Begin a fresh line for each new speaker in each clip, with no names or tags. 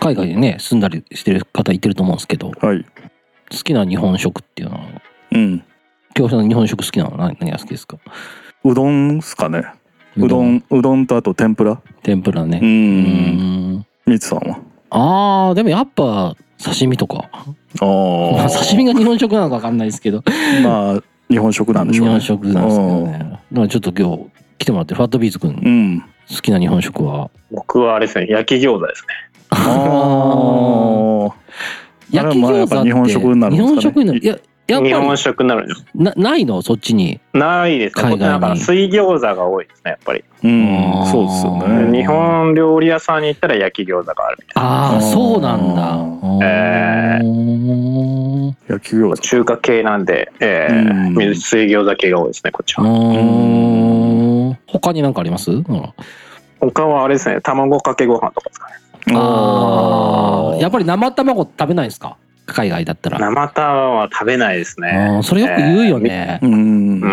海外でね住んだりしてる方いてると思うんですけど好
はい。
きな日本食っていうのは
うん。
京平さん日本食好きなのは何何が好きですか
うどんっすかね。うどん、うどんとあと天ぷら。
天ぷら
う。
ねうん
みつさんは。
あーでもやっぱ刺身とかま
あ
あ刺身が日本食なのか分かんないですけど
まあ、日本食なんでし
日
ょうね。
本食なんですけどねだからちょっと今日来てもらってるファットビーズくん
うん。
好きな日本食は
僕はあれですね、焼き餃子ですね。
ああ。
焼き
あれ
餃子
はまあやっ
って
ぱ日本食になるん
日
ですか
本
ね
食になるいややっ
日
ぱ
本食になるんです
りなないのそっちに
ないですね。
海
こっち
外に
なんか水餃子が多いですね、やっぱり。
うん。そうですよ
う
ね
ん。
日本料理屋さんに行ったら焼き餃子があるみたい
ああ
あー
そうなんだ
え
う
焼き餃
な。中華系なんで、え
うん
ー、水水餃子系が多いですね、こっち
ー
は。
ん他に何かありますうん
他はあれですね、卵かけご飯とかですかね。
子。
ああやっ
ぱ
ぱり生卵食べないですか海外だったら
生卵は食べないですね。
うんそれよく言うよね、
うん
う。ー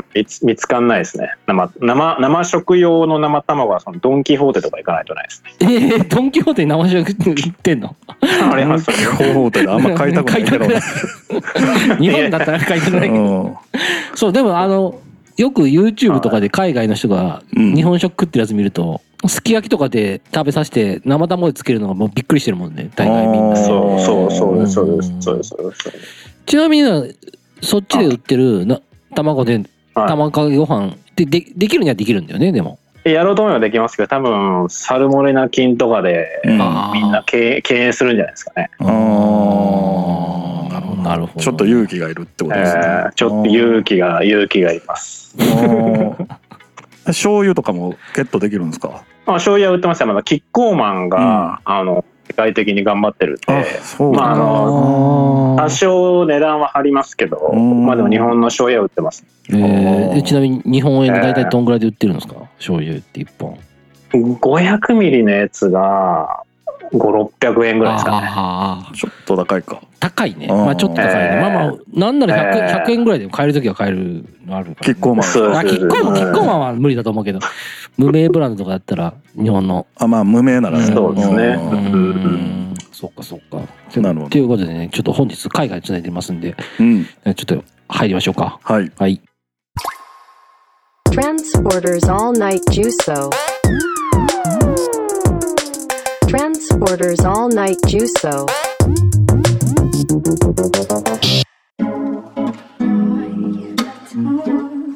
ん見つ見つかんないですね生生生食用の生卵はそのドン・キホーテとか行かないとない ですね
えードン・キホーテに生食って売ってんの
あれはそれ
京都であんま買いたくないけど。
買いたくない日本だったら買いたくないけどそうでもあのよく YouTube とかで海外の人が
うん
日本食食ってるやつ見ると、すき焼きとかで食べさせて生卵でつけるのがもうびっくりしてるもんね大概みんな
あー
そうそうそうですそうですそうですそうです
ちなみにそっちで売ってるな卵で
はい
卵かけご飯ででできるにはできるんだよねでも、
やろうと思えばできますけど多分サルモレナ菌とかで
うん
あー
みんな敬敬遠するんじゃないですかね、
あー
なるほどなるほど
ちょっと勇気がいるってことですね
えー。ちょっと勇気が勇気がいります
あー 醤油とかもゲットできるんですか。
まあ醤油は売ってますよまだキッコーマンが、あの世界的に頑張ってるんで
そう
まああ
の
多少値段は張りますけど、
うん
まあでも日本の醤油は売ってます。
えーえちなみに日本円で大体どんぐらいで売ってるんですか、醤油って1本
500ミリのやつが、5、600円ぐらいですかね。
あー
ちょっと高いか。
高いね
あー
まあちょっと高いね、
えー
まあまあなんなら 100,、
えー
100円ぐらいでも買える時は買えるのあるから、
キッコーマ
そう
ン。
あキッコーマンキッコーマンは無理だと思うけど無名ブランドとかだったら日本の
あ、まあ無名ならね。
そうですね
ん
う
うん
んそっかそっか
なるほど
ということでねちょっと本日海外つないでますんで
うん。
ちょっと入りましょうか
はい。
はい
Transporters All Night Juso. Transporters All Night Juso.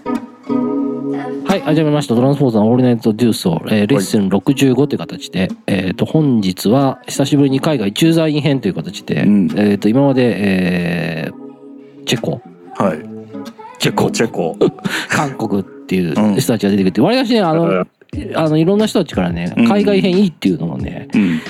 はい始めました「トランスポーザーオールナイトデュースを」えーレッスン65という形で、えー、と本日は久しぶりに海外駐在員編という形で、
うん
えー、と今まで、えーチェ コ
はい。
チェ
チェコ。
韓国っていう
うん
人たちが出てくるって、割りかしねあのあのいろんな人たちからね
うん
海外編いいっていうのをね、
うん。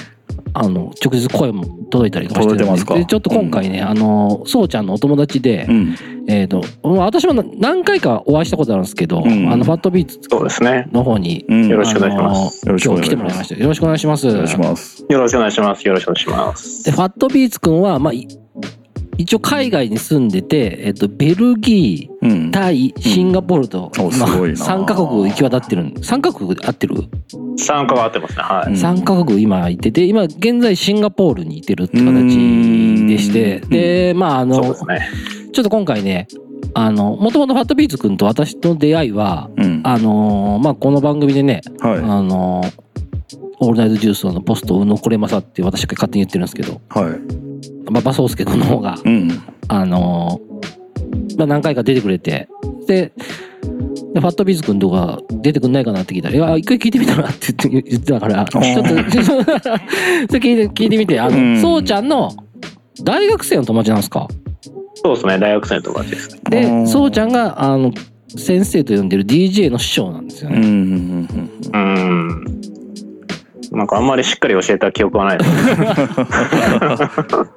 あの直接声も届いたりとかしてるんで
届いてますか
でちょっと今回ね、あのそうちゃんのお友達で、
うん。
えっ、とまあ私も何回かお会いしたことあるんですけど、
うん
あのファットビーツ
そうですね。
の方に、
うん。
よろし
く
くお願いします
あの今日
よろしくお
来ても
願いします
らいましたよろしくお願いします
お願いします。
よろしくお願いします。よろしくお願いします。
でファットビーツくんはまあい一応海外に住んでて、えっとベルギー
うん。
タイシンガポールと、
おすごいな
3カ国行き渡ってるん3カ国合ってる
参加は合ってますね。は
うん
い。
3カ国今いてて今現在シンガポールにいてるって形でして
うん
でまああ
そう
の
ですね。
ちょっと今回ねあのもともとファットビーツくんと私の出会いは
うん。
あのーまあこの番組でね「
は
あのーオールナイトジュース」のポストをうのこれまさって私が勝手に言ってるんですけど
い。はい。
馬場宗介君の方が
うん。
あのーまあ、何回か出てくれてででファットビーズ君とか出てくんないかなって聞いたら「いや一回聞いてみたら」って言って言ってたからちょっと それ聞いて聞いてみてあ
う
の
ん
そうちゃんの大学生の友達なんですか
そうですね。大学生の友達ですね。
で
ん
そうちゃんがあの先生と呼んでる DJ の師匠なんですよ
うん
ね。
うんうん
うーん。なんかあんまりしっかり教えた記憶は ないです。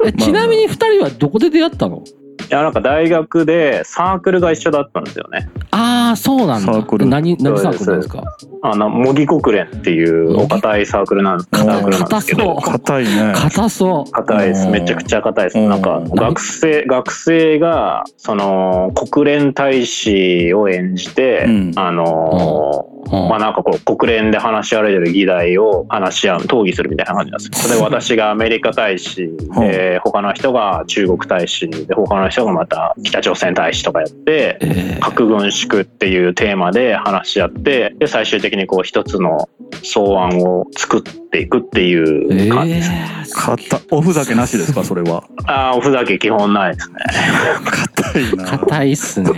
えちなみに2人はどこで出会ったの
いや、なんか大学でサークルが一緒だったんですよね。
ああそうなんだ
サークル
何何サークルなんですか
あの、模擬国連っていうお堅いサークルなんサ
うん
ークルなんですけ
硬そ
ど
う。
硬いね。
硬そ
硬いです。
うん
めちゃくちゃ硬いです。
うん
なんか学生学生がその国連大使を演じて、
うん
あのー
うん
まあなんかこう、国連で話し合われてる議題を話し合う、討議するみたいな感じなん ですよ。それで私がアメリカ大使で、他の人が中国大使で、他の人がまた北朝鮮大使とかやって、
えー
核軍縮っていうテーマで話し合って、で、最終的にこう一つの草案を作っていくっていう感じですね。
えー
かたおふざけなしですかそれは
ああ、おふざけ基本ないですね。
硬いな
硬いっすね。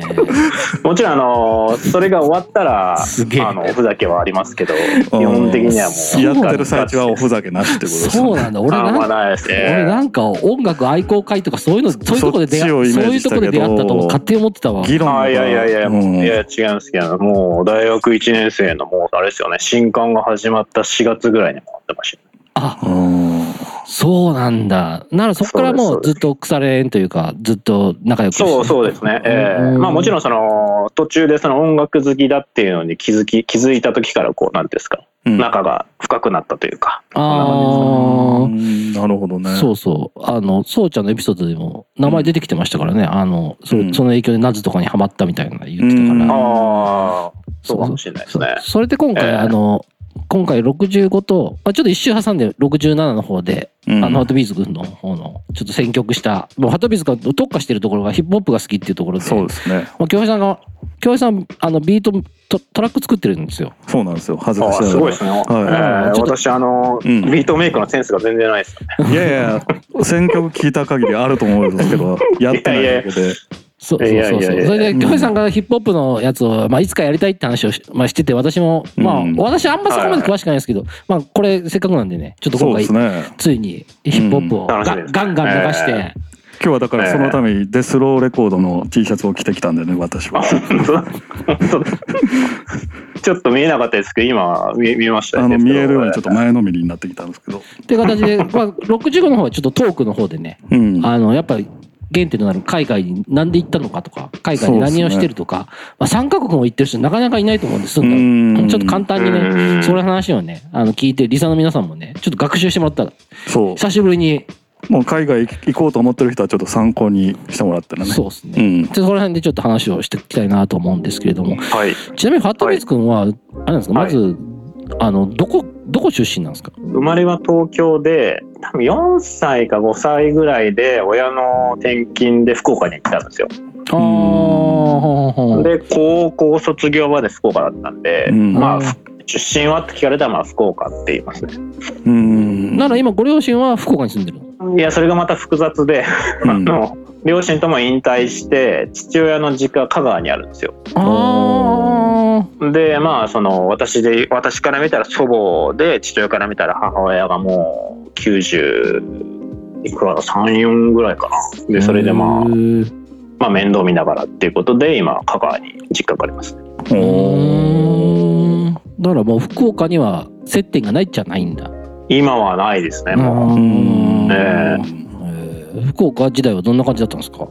もちろん、あの、それが終わったら、
すげえ
あの、おふざけはありますけど、基本的にはもう。
やってる最中はおふざけなしってことですね
そうなんだ。俺
あ
なん
まあ
か
ないです
俺な
ね。
んか音楽愛好会とかそういうのそういうとこで出会
そ
っ
っちをイ
そ
メ
う
ー
い
ジ
う
した
と
け
こ
ど
で出会ったと思う勝手に思ってたわ
議論
あいやいやいや、
うん
いや違うんですけど、もう大学1年生のもうあれですよね、新刊が始まった4月ぐらいにもってました。
あ
うん
そうなんだならそこからもうずっと腐れ縁というかずっと仲良くして
そうそうですね。ええ
うん
まあもちろんその途中でその音楽好きだっていうのに気づき、気づいた時からこう、なんていうんですか、
うん
仲が深くなったというか。
あ
うんなるほどね
あそうそうあのそうちゃんのエピソードでも名前出てきてましたからね、あのそ
うん
その影響でナズとかにハマったみたいなの言ってたから、
うん
ああ、そうか
そ
も
う
しれないです
そ
ね
う。それで今回、
ええ
あの今回65と、まあ、ちょっと一周挟んで67の方で
うん
あの、ハットビーズ君の方の、ちょっと選曲した、もうハットビーズが特化してるところがヒップホップが好きっていうところで、
そうですね
まあ、京平さんが、京平さん、あの、ビートト、トラック作ってるんですよ。
そうなんですよ恥ず
あ
かしなが
あ
ら
すごいですね。
は
ええ
ちょっと
私、あの、
うん
ビートメイクのセンスが全然ないです。
いやいや選曲聞いた限りあると思うんですけどやってないだけで
そうそう
いや
そう
い
そ。
やいやいうや
それで、
うん
京平さんがヒップホップのやつを、まあ、いつかやりたいって話をし,、まあ、してて、私も、まあ、
うん
私あんまそこまで詳しくないですけど、まあ、これ、せっかくなんでね、ちょっと
そ
今
う
回
です、ね
ついにヒップホップを
ん
ガ,、
楽しみです
ガンガン流して、
え
今日はだからそのためにデスローレコードの T シャツを着てきたんでね私は
本当だ本当だちょっと見えなかったですけど、今見見ました
あ
ね
の見えるようにちょっと前のめりになってきたんですけど
って形で、 まあ、65の方はちょっとトークの方でね、
うん
あの、やっぱり原点となる海外に何で行ったのかとか、海外に何をしてるとか、まあ、3カ国も行ってる人なかなかいないと思うんです。ちょ
うん
っと簡単に
う
ね、
ん
その話をね、あの、聞いて、リサの皆さんもね、ちょっと学習してもらったら、
そ
久しぶりに、
うもう海外行こうと思ってる人はちょっと参考にしてもらったらね
そうです
う
ね。
ん
で、そこら辺でちょっと話をしていきたいなと思うんですけれども、
はい。
ちなみにファットビーズ君は、あれなんですか、
はい
まず、あの、どこ、どこ出身なんですか
生まれは東京で、多分4歳か5歳ぐらいで、親の転勤で福岡に行ったんですよ。
あーほうほうほう
で、高校卒業まで福岡だったんで、
うん
まあ、
うん
ふ出身はって聞かれたら、まあ、福岡って言いますね。
うん
なら今、ご両親は福岡に住んでるの
いや、それがまた複雑で、
うん
あの、両親とも引退して、父親の実家は香川にあるんですよ。
あ
で、まあ、その、私で、私から見たら祖母で、父親から見たら母親がもう、90、いくらだ、3、4ぐらいかな。
ー
で、それでま
へ、
あ
ー
まあ、面倒見ながらっていうことで今香川に実家がありますね
うーんだからもう福岡には接点がないっちゃないんだ。
今はないですねも
う
うん
え
え
ー福岡時代はどんな感じだったんですか
う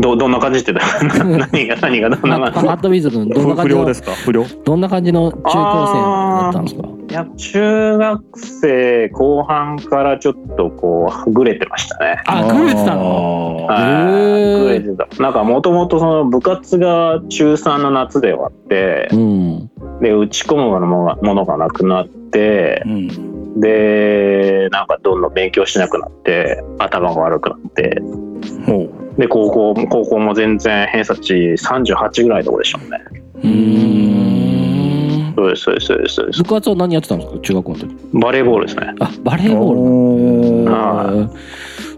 どどんな感じって言ってた何が何がどんな
ハ
感
ットビーズ君、どんな感
不不
じ
良で
の、
すか不良
どんな感じの中高生だったんですか
じいや中学生後半からちょっとこうぐれてましたね
あ、グルーてたの
あー
はい
へ
グレ
ー
てたなんかもともとその部活が中3の夏で終わって
うん。
で打ち込むものがものがなくなって
うん
でなんかどんどん勉強しなくなって頭が悪くなって
ほ
で高校も高校も全然偏差値38ぐらいのとこでしたもんね
ううん
そうですそうですそうですそうです
部活は何やってたんですか中学校の時。
バレーボールですね
あ、バレーボールなんだへー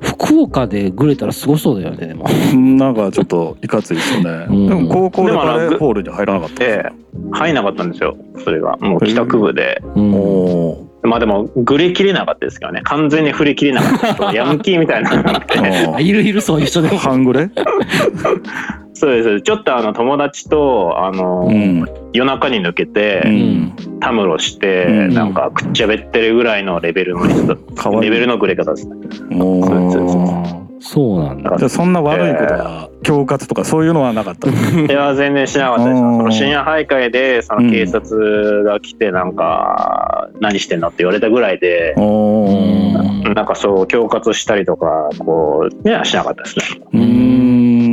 福岡でグレたらすごそうだよね、でも。
なんかちょっといかついですよね、
うん
でも高校でバレーボールに入らなかったんです
で
よ
入んなかったんですよそれがもう帰宅部で、
うん
おー
まあでもグレ切れなかったですけどね完全に振り切れな かったヤンキーみたいなのになって
あいるいる、そういう人でも。
半グレ、
そうですそうですちょっとあの友達とあの、
うん
夜中に抜け
う
て、
ん、
たむろして、
うん
なんかくっちゃべってるぐらいのレベルの人
かわいい
レベルのグレ方ですね
おー
そうそうそう
そうなんだ。
じゃあそんな悪いことは、恐喝とかそういうのはなかった。
いや全然しなかったです
うん
その深夜徘徊でその警察が来てなんか何してんのって言われたぐらいで、
お
うん
なんかそう恐喝したりとかこうねしなかったですね
うー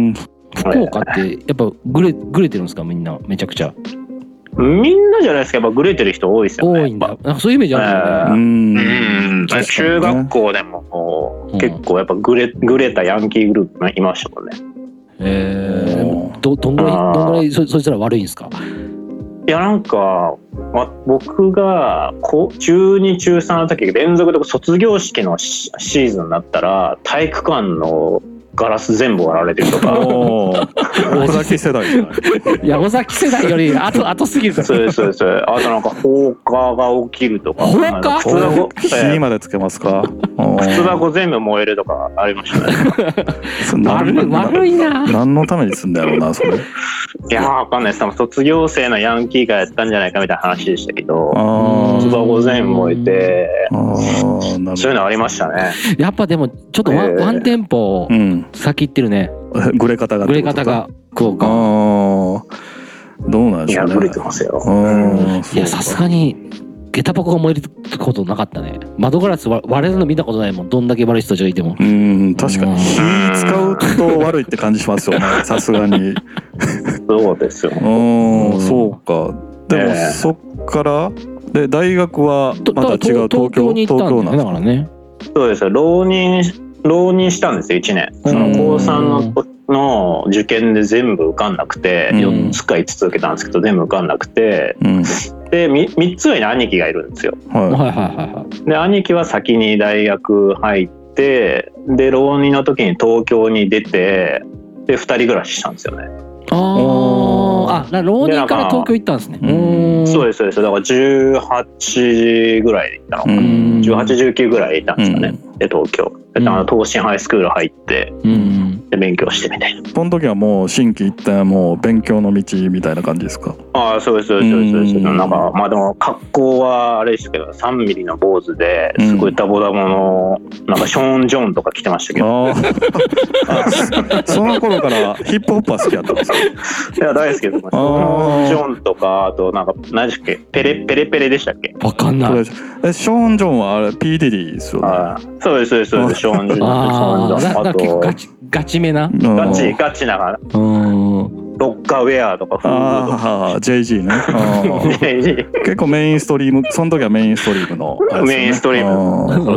ん。
福岡ってやっぱグレグレてるんですかみんなめちゃくちゃ
みんなじゃないですか、やっぱグレてる人多いですよね。
多いんだ
やっ。
なんかそういうイメージある
う
よね。
ん
ぱ。うん。
確かにね
中学校でも、
うん
結構やっぱグレ、グレたヤンキーグループいましたもんね。
え
お
ー、ど、どんぐらい、
あー
どんぐらいそ、そいつら悪いんですか
いや、なんか、ま、僕が、こ中2、中3の時、連続で卒業式のシシーズンになったら、体育館のガラス全部割られてるとか。
おー僕だけ世代じゃない。
いや、尾崎世代より、あと、あとすぎるから。
そうですそうです。あとなんか放火が起きるとか、
放火
なんか靴箱、え
火
ー
までつけま すか。おー
靴箱全部燃えるとかありましたね。
それ何
悪い、悪いな。
何のためにすんだろうな、 それ。
いやーわかんないです。多分卒業生のヤンキーがやったんじゃないかみたいな話でしたけど、
あ
靴
ー
箱全部燃えて、
あ、ああ、なる
そう
ほ
いう
ど。
のありましたね。
やっぱでも、ちょっとワン,、
えー
ワンテンポ
うん、
先行ってるね。
グレ方が。
グレ方。が、こう
ああ
か。、
どうなん
い
でしょ
や、
うね。
ブレてますよ。
うん、
いや、さす
に。
がに、下駄箱が燃えることなかったね。窓ガラス割割れるの見たことないもん。どんだけ悪い人たちがいても。
うん、確か
うん
に。火使うと悪いって感じしますよね。 さすがに。
そうですよ。
う
うん
ん、そうか。でも
え、え
そっから、で、大学は
と
また違う東京、
東京に行ったんだよね。だ
東
からね。
そうですよ。浪人、浪人したんですよ、1年。その高3のの受験で全部受かんなくて、
うん
4つか5つ受けたんですけど、全部受かんなくて、
京なんです
で、3, 三つ上に兄貴がいるんですよ。
うん、はい。
はいはいはいはい。
で、兄貴は先に大学入って、で、浪人の時に東京に出て、で、2人暮らししたんですよね。
あ
おー
ーあ、な浪人から東京行ったんですね。
でなんか
ーん
そうです、そうです。だから18ぐらいで行ったのかな。
うん
18、19ぐらいで行ったんですかね。
う
で、東京。で、あの東進ハイスクール入って、
うん。
で、勉強してみたいな。
その時はもう新規一旦もう勉強の道みたいな感じですか。
ああ、そうです、そうです、そうですそうです。
うん
なんか、まあでも、格好はあれですけど、3ミリの坊主で、すごいダボダボの、なんか、ショーン・ジョーンとか着てましたけど、
あ あ。その頃からヒップホップは好きだったんですか。
いや、大好きです。ショーン・ジョーンとか、あと、なんか、何でしたっけ、ペレ、ペレペレでしたっけ
わかんない。
え、ショーン・ジョンはあれ、P ・ディディですよね。
ああそうです、そうです、そうです、ショーン・ジョーン、ショ
あ
ーン・
あ、
ジ
な
ョ
なん
ーン、
か結構ガ
あ
チ、ガチめな。う
うん
と、ガチ、ガチながら、
ーん。
ロッカーウェアとか、フードとか。
ああ、JG ね。 ああ結構メインストリーム、その時はメインストリームのあれですよね。
メインストリーム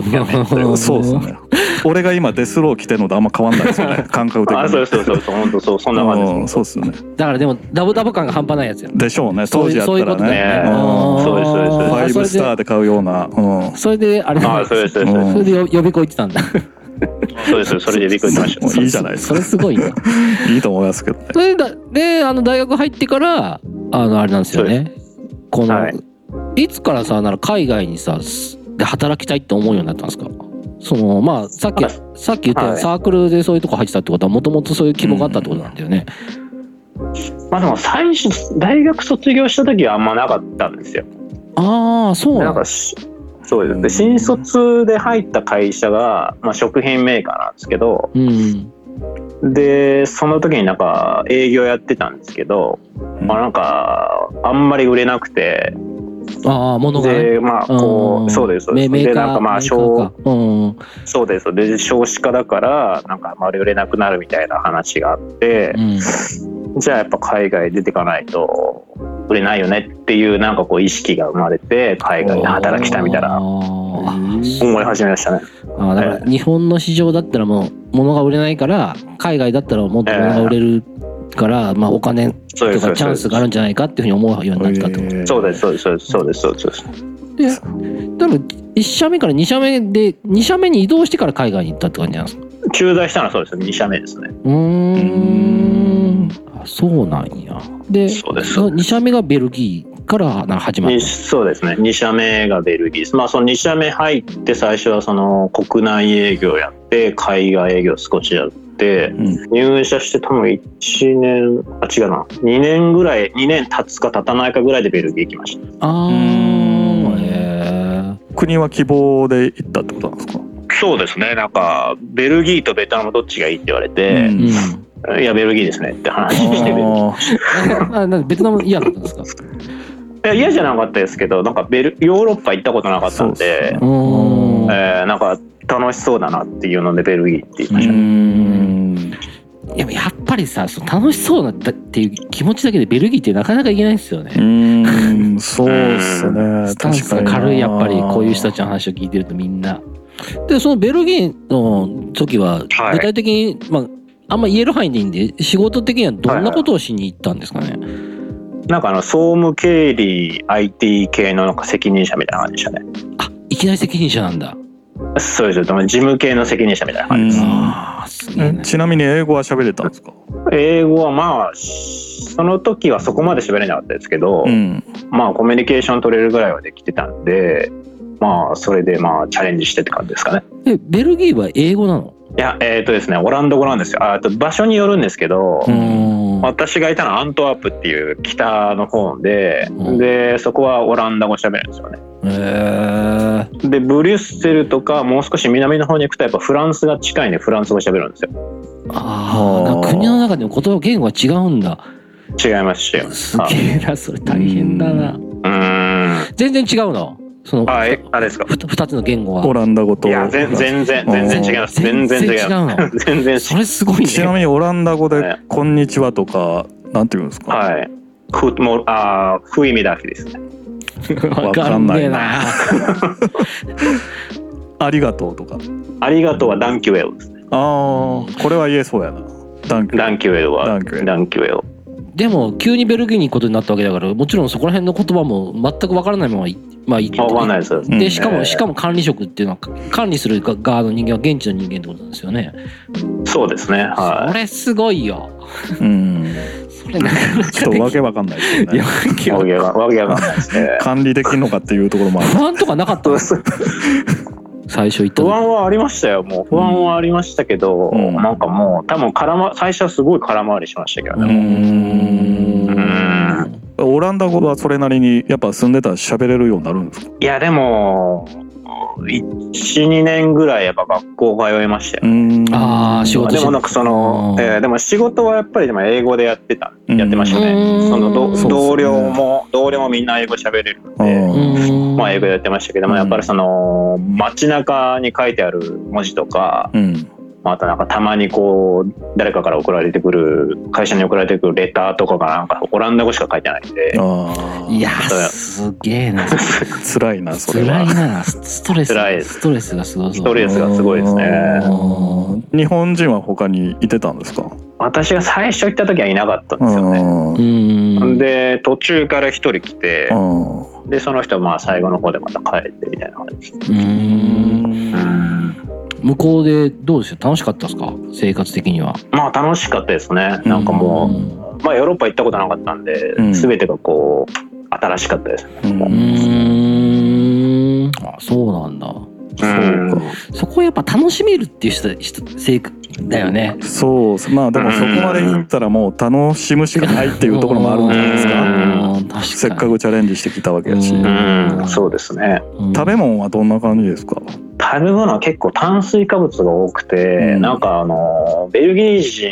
ああ
そうです
そ
よね
うですね。俺が今デスロー着てるのとあんま変わんないですよね。 感覚的に。
あ、そうです、そうですそうです、本当そう、そんな感じです。
うんそうですね。
だからでも、ダボダボ感が半端ないやつや。
でしょうね。当時やった
そういうこ
ら
とだ
ね
よ
ね。
うん
そうですそうです
フ
そう
ァイブスター
ー。
で買うような。うん。
それで、あれ
ああ、そうです、そうです、
それでよ予備校行ってたんだ。
そうです、それでびっくりしました。
もういいじゃないです
そ
か
れ。すごいな。
いいと思いますけどね。
それで、で、あの、大学入ってから、あの、あれなんですよね。この、、
はい
つからさ、なら海外にさ、すで働きたいって思うようになったんですかその、まあ、さっき
あ、
さっき言ったように
はい
サークルでそういうとこ入ってたってことは、もともとそういう希望があったってことなんだよね。
まあでも最初大学卒業した時はあんまなかったんですよ。
ああ、そう
な
なんんだ
か。しそうですね。新卒で入った会社が、まあ、食品メーカーなんですけど
うん。
でその時になんか営業やってたんですけど、まあ、なんかあんまり売れなくて
ああ、ものがね。
でまあこ
ん
うそうですそうで
メメ
すで
ーカー
なんかまあ
メーカー
少
かうん。
そうですで少子化だからなんかあんまり売れなくなるみたいな話があって。
うん
じゃあやっぱ海外出てかないと売れないよねっていうなんかこう意識が生まれて海外で働きたいみたい
あ
な
ー
思い始めましたね。
あーだから日本の市場だったらもう物が売れないから海外だったらもっと物が売れるから、まあ、お金
そうで
と
すそう
か
です
チャンスがあるんじゃないかっていうふうに思うようになったってこ
そうですそうですそうですそうですそうですそうです
とだから1社目から2社目で2社目に移動してから海外に行ったって感じなんですか
駐在したのはそうです2社目ですね
うーんあそうなんやで
そうです
2社目がベルギーからなんか始まっ
に
た
そうですね2社目がベルギーですまあその2社目入って最初はその国内営業やって海外営業少しやって
うん
入社して多分1年あ違うな2年ぐらい2年経つか経たないかぐらいでベルギー行きました
あ
う
ー
ん
へ
国は希望で行ったってことなんですか。
そうですねなんかベルギーとベトナムどっちがいいって言われ
う
え
ん
て、
うん
いやベルギーですねって話してる
あ
ああなんでベトナム嫌だったんですか
いや嫌じゃなかったですけどなんかベルヨーロッパ行ったことなかったん
そうっす
で
ね、
うー
え
ん
ーなんか楽しそうだなっていうのでベルギーって言いま
ー
し
う
た、
ん。
いややっぱりさその楽しそうなんだっていう気持ちだけでベルギーってなかなかいけないんですよ
う
ね。
ーん、そうっすね。
スタンスが
確かにな
軽いやっぱりこういう人たちの話を聞いてるとみんな。でそのベルギーの時は具
はい
体的に、まああんま言える範囲でいいんで仕事的にはどんなことをしに行ったんですかね。
なんかあの総務経理 IT 系のなんか責任者みたいな感じでしたね
あいきなり責任者なんだ。
そうですよ事務系の責任者みたいな感じです、
うん
ああすげえ
え
な。
ちなみに英語は喋れたんですか
英語はまあその時はそこまで喋れなかったですけど、
うん。
まあコミュニケーション取れるぐらいはできてたんでまあそれでまあチャレンジしてって感じですかね
えベルギーは英語なの
いやえっ、とですねオランダ語なんですよああと場所によるんですけど、
うん
私がいたのはアントワープっていう北の方で、
うん
でそこはオランダ語喋るんですよね
へえ
でブリュッセルとかもう少し南の方に行くとやっぱフランスが近いんでフランス語喋るんです
ああなんか国の中でも言葉言語が違うんだ
よ違いますしう
すげえなそれ大変だな
ーん
全然違うのその
あえあれですか
ふた二つの言語
オ
は
ランダ語と。
いや全全然全然違います全然違いま
全然違う
す全然違
それすごい
ちなみ
ね
にオランダ語で
ね
「こんにちは」とかなんて言うんです
う
か、
はいふもうあー不意味だけですね
わかんねえな
ありがとうとか
ありがとうはダンキュエルですね
ああこれは言えそうやなダンク
ダンキュエルは
ダンキュエル
ダンキュエル
でも急にベルギーに行くことになったわけだからもちろんそこら辺の言葉も全くわからないままいまあ行って
わかんないです
うん
でしか
え
も
ー
しかも管理職っていうのは管理する側の人間は現地の人間ってことなんですよね
そうですねは
それすごいよ
うん
それなかなか
ちょっとわけわかんないですよ
いや
ね
わ
い
けわか
わ
んない
けがわけがわかんないで すね
管理できんのかっていうところもある
不安とかなかったの最初行った
不
時
安はありましたよもう不安はありましたけど、
うん
なんかもう多分空、ま、最初はすごい空回りしましたけど
う
ね、
ん
うん
オランダ語はそれなりにやっぱ住んでたら喋れるようになるんですか
いやでも12年ぐらいやっぱ学校通いましたよ、
うん
ああ仕
まあ
事
で
し
もなんかその
う、ん
えーでも仕事はやっぱりでも英語でやってた
うん
やってました
う
ね
ん
そのど
そうですね
同僚も同僚もみんな英語喋れるん
あ
で
うん
まあ英語でやってましたけども、
うん
やっぱりその街中に書いてある文字とか、
うん
まああとなんかたまにこう誰かから送られてくる会社に送られてくるレターとかがなんかオランダ語しか書いてないんで
あ
いや
そうや
すげえな
つらいな それ
辛い
は
なストレス
辛いです
ストレスがすごそう
ストレスがすごいですね
うん日本人は他にいてたんですか
私が最初行った時はいなかったんですよね
うん
うん
で途中から一人来て
うん
でその人まあ最後の方でまた帰ってみたいな感じです
うん向こうでどうですよ楽しかったですか生活的には
まあ楽しかったですねなんか
う
も
ん
う、まあ、ヨーロッパ行ったことなかったんで、
ん
全てがこう新しかったですね
うんあそうなんだ
うん
そうか
そこをやっぱ楽しめるっていう人人生活だよね
そうっすまあでもそこまで行ったらもう楽しむしかないっていうところもあるんじゃないですか
うん確かに
せっかくチャレンジしてきたわけやし
う
うん
食
ん、そうですね
うん
べ物はどんな感じですか
食べ物は結構炭水化物が多くて、
うん
なんかあのベルギー人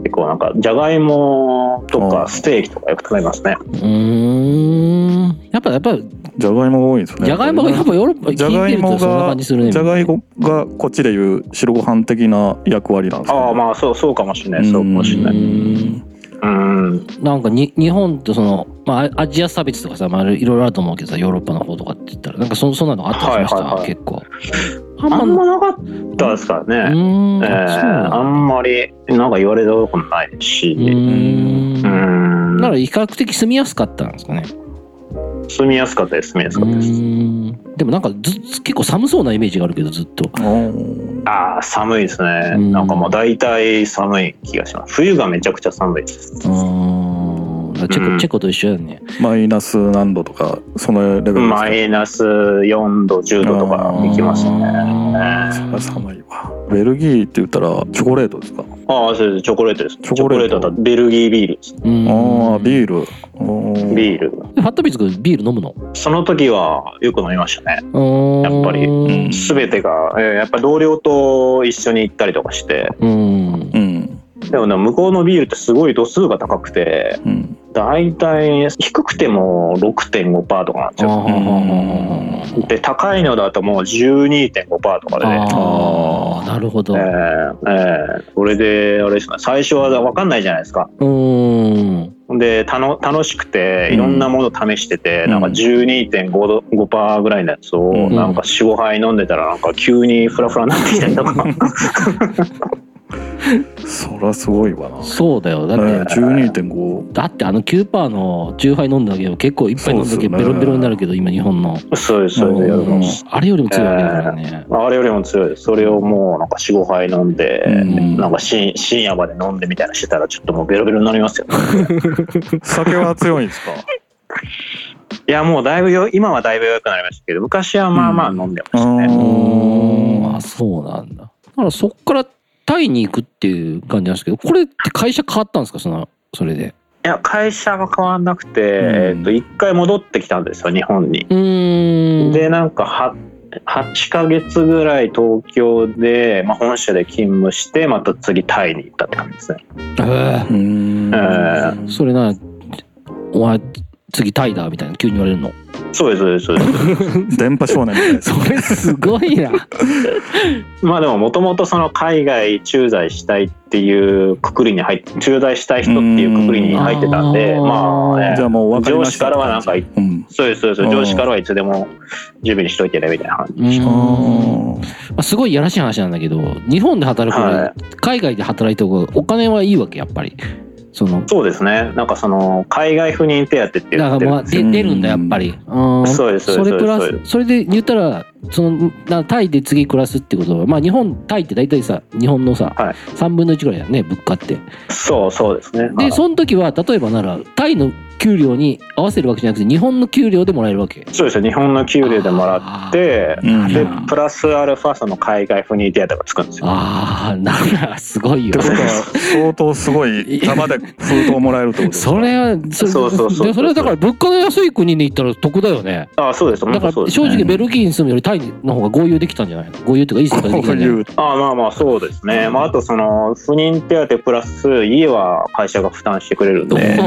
ってこうなんかじゃがいもと
う
か
ん
ステーキとかよく食べますね、
うーんやっぱやっぱ
じゃがいもが多いですね
じゃがいもがやっぱヨーロッパ
じゃ
聞
が
い
い
てる
も
とそんな
が
感じするね
じゃがいもがこっちでいう白ご飯的な役割なんですか
ああまあそうそうかもしれないそうかもしれな
う
い
ん
うん
なんかに日本とその、まあ、アジア差別とかさ、まあ、いろいろあると思うけどさヨーロッパの方とかって言ったらなんかそそんなのがあったりしました、
はいはいはい
結構あ
あん
う
まなかったですからね、
ーん、
えー
そうなん
あ
だ
んまりなんか言われたこともないですし、
うーん
う
なんら比較的住みやすかったんですかね
住みやすかったです住みやすかったです、
うーんでもなんかず結構寒そうなイメージがあるけどずっと
うん
ああ寒いですね、
うん
なんかもう大体寒い気がします冬がめちゃくちゃ寒いです
うーんだからチェコ、
うん
チェコと一緒だよね
マイナス何度とかそのレベルですか
マイナス4度10度とかいきますねあ
そりゃ寒いわベルギーって言ったらチョコレートですか
あそうですチョコレートですチ
チョ
ョコ
コレ
レー
ート
トだとベルギービールです
うーん
ああビールうん
ビール
ファットビーズ君ビール飲むの
その時はよく飲みましたね
や
やっぱり
うん。
全てが、えーやっぱ同僚と一緒に行ったりとかして
うん。
うん
でもね向こうのビールってすごい度数が高くて
うん
大体低くても6.5%とかなんですよ
うん
で高いのだともう12.5%とかで
あーなるほど。
ええ
う
ええそれで、あれですか、最初は分かんないじゃないですか。
ーん。
で、たの楽しくて、
うん
いろんなもの試してて、
うん
なんか12.5%ぐらいのやつを、
うん
なんか4、5杯飲んでたら、なんか急にフラフラになってきたりとか。
そらすごいわな。
そうだよ。だ
え
って、
ー、12.5。
だってあの9%の10杯飲んだけど、結構1杯飲んだ
そう
け
で
どベ
すね
ロンベロンになるけど、今日本の。
そうです、そうです。
うん
あれよりも強いわけだからね。
あれよりも強いです。それをもうなんか4、5杯飲んで、
うん
なんか深深夜まで飲んでみたいなしてたら、ちょっともうベロベロになりますよ。
酒は強いんです か
いや、もうだいぶよ、今はだいぶ良くなりましたけど、昔はまあまあ飲んでましたね。
うん
う
うん
ん。あ、そうなんだ。だからそっからタイに行くっていう感じなんですけど、これって会社変わったんですかその、それで。
いや、会社が変わんなくて、え
ん
っと、一回戻ってきたんですよ、日本に。
うーん。
で、なんかは、8ヶ月ぐらい東京で、まあ、本社で勤務して、また次タイに行ったって感じですね。
えー
うーん。
え
それな、お前、次タイだ、みたいな、急に言われるの。
そうです、そうです、そう で
電波少年みたいです。
それすごいな。
す。まあでも、もともとその海外駐在したいっていうくくりに入って、駐在したい人っていうくくりに入ってたんで、
うん
まあ、ね、
じゃあもう分かりま
上
し
司
た
からはなんか、
うん。
そうです、そうです、
うん
上司からはいつでも準備にしといてね、みたいな感じ
う。ーん
あ
まあ、すごいやらしい話なんだけど日本で働くより、
はい
海外で働いた方がお金はいいわけやっぱりその
そうですね。なんかその、海外赴任手当っていう
だ
の
から
が出る
ま
ん
あ
ですよ
で出るんだやっぱりうん
そうですそうです
れプラ
そう
スそれで言ったらそのなタイで次暮らすってことはまあ日本タイって大体さ日本のさ、
はい
3分の1ぐらいだよね物価って
そうそうですね。は
で
い
その時は例えばならタイの給料に合わせるわけじゃなくて日本の給料でもらえるわけ
そうですよ。日本の給料でもらって、
うん
で、プラスアルファその海外赴任手当がつくんですよ。
ああなんかすごい
って
よ
ことは、相当すご い玉で封筒もらえるってことですか
それはそれ
そうそうそうそう
でそれはだから物価の安い国に行ったら得だよね
あそうです。
だか
本当
ら
そうです
正
ね。
直ベルギーに住むよりタイの方が合流できたんじゃないの合流とかいい世界でき
こ
た
うん
じゃない
いう。
あまあまあ、そうですね。まあ、あとその、赴任手当プラス、家は会社が負担してくれるんで、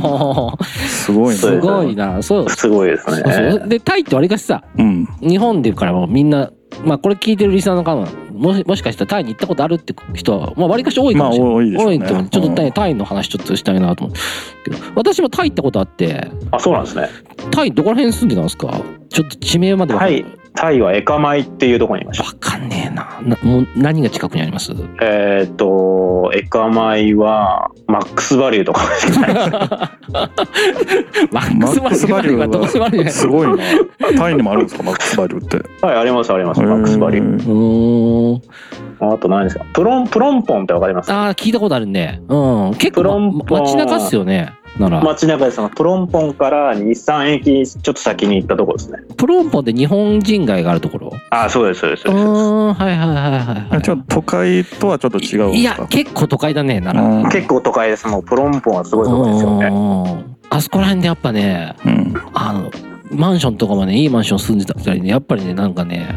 おー
すごいね。
す
そうです
ごいなそう
すごいです
そう
ね。
そうでタイってわりかしさ
うん。
日本でからもみんなまあこれ聞いてるリスナーの方ももしもしかしたらタイに行ったことあるって人はまあわりかし多いか
まあ、
もしれない、
多いでしょう
多
ね。
いと思うちょっとタイ,、
うん
タイの話ちょっとしたいなと思うけど私もタイ行ったことあって
あ、そうなんですね。
タイどこら辺住んでたんですかちょっと地名までわか
タ
んない
イ、タイはエカマイっていうところにいました。
わかんねえななもう何が近くにあります
えーっと、エカマイは、マックスバリューとか。
マックスバリューはどこでもあるじゃない
すごいな。タイにもあるんですか、マックスバリューって。
はい、あります、あり ます、マックスバリュー。
ー。
うーん
あと何ですかプロン、プロンポンってわかります
ああ、聞いたことあるね。うん。結構、
プロン
ま、
ポン
街中っすよね。なら、
街中でそのプロンポンから23駅ちょっと先に行ったとこですね
プロンポンって日本人街があるところ。
あそうですそうです
う
そうです
ーん、はいはいはいはいはい。
ちょっと都会とはちょっと違うん
い
です
や
か、
結構都会だね、なら。
うん
結構都会ですもうプロンポンはすごいとこですよね
うんあそこら辺でやっぱね、
うん。
あの、マンションとかもね、いいマンション住んでた二人ね、やっぱりね、なんかね、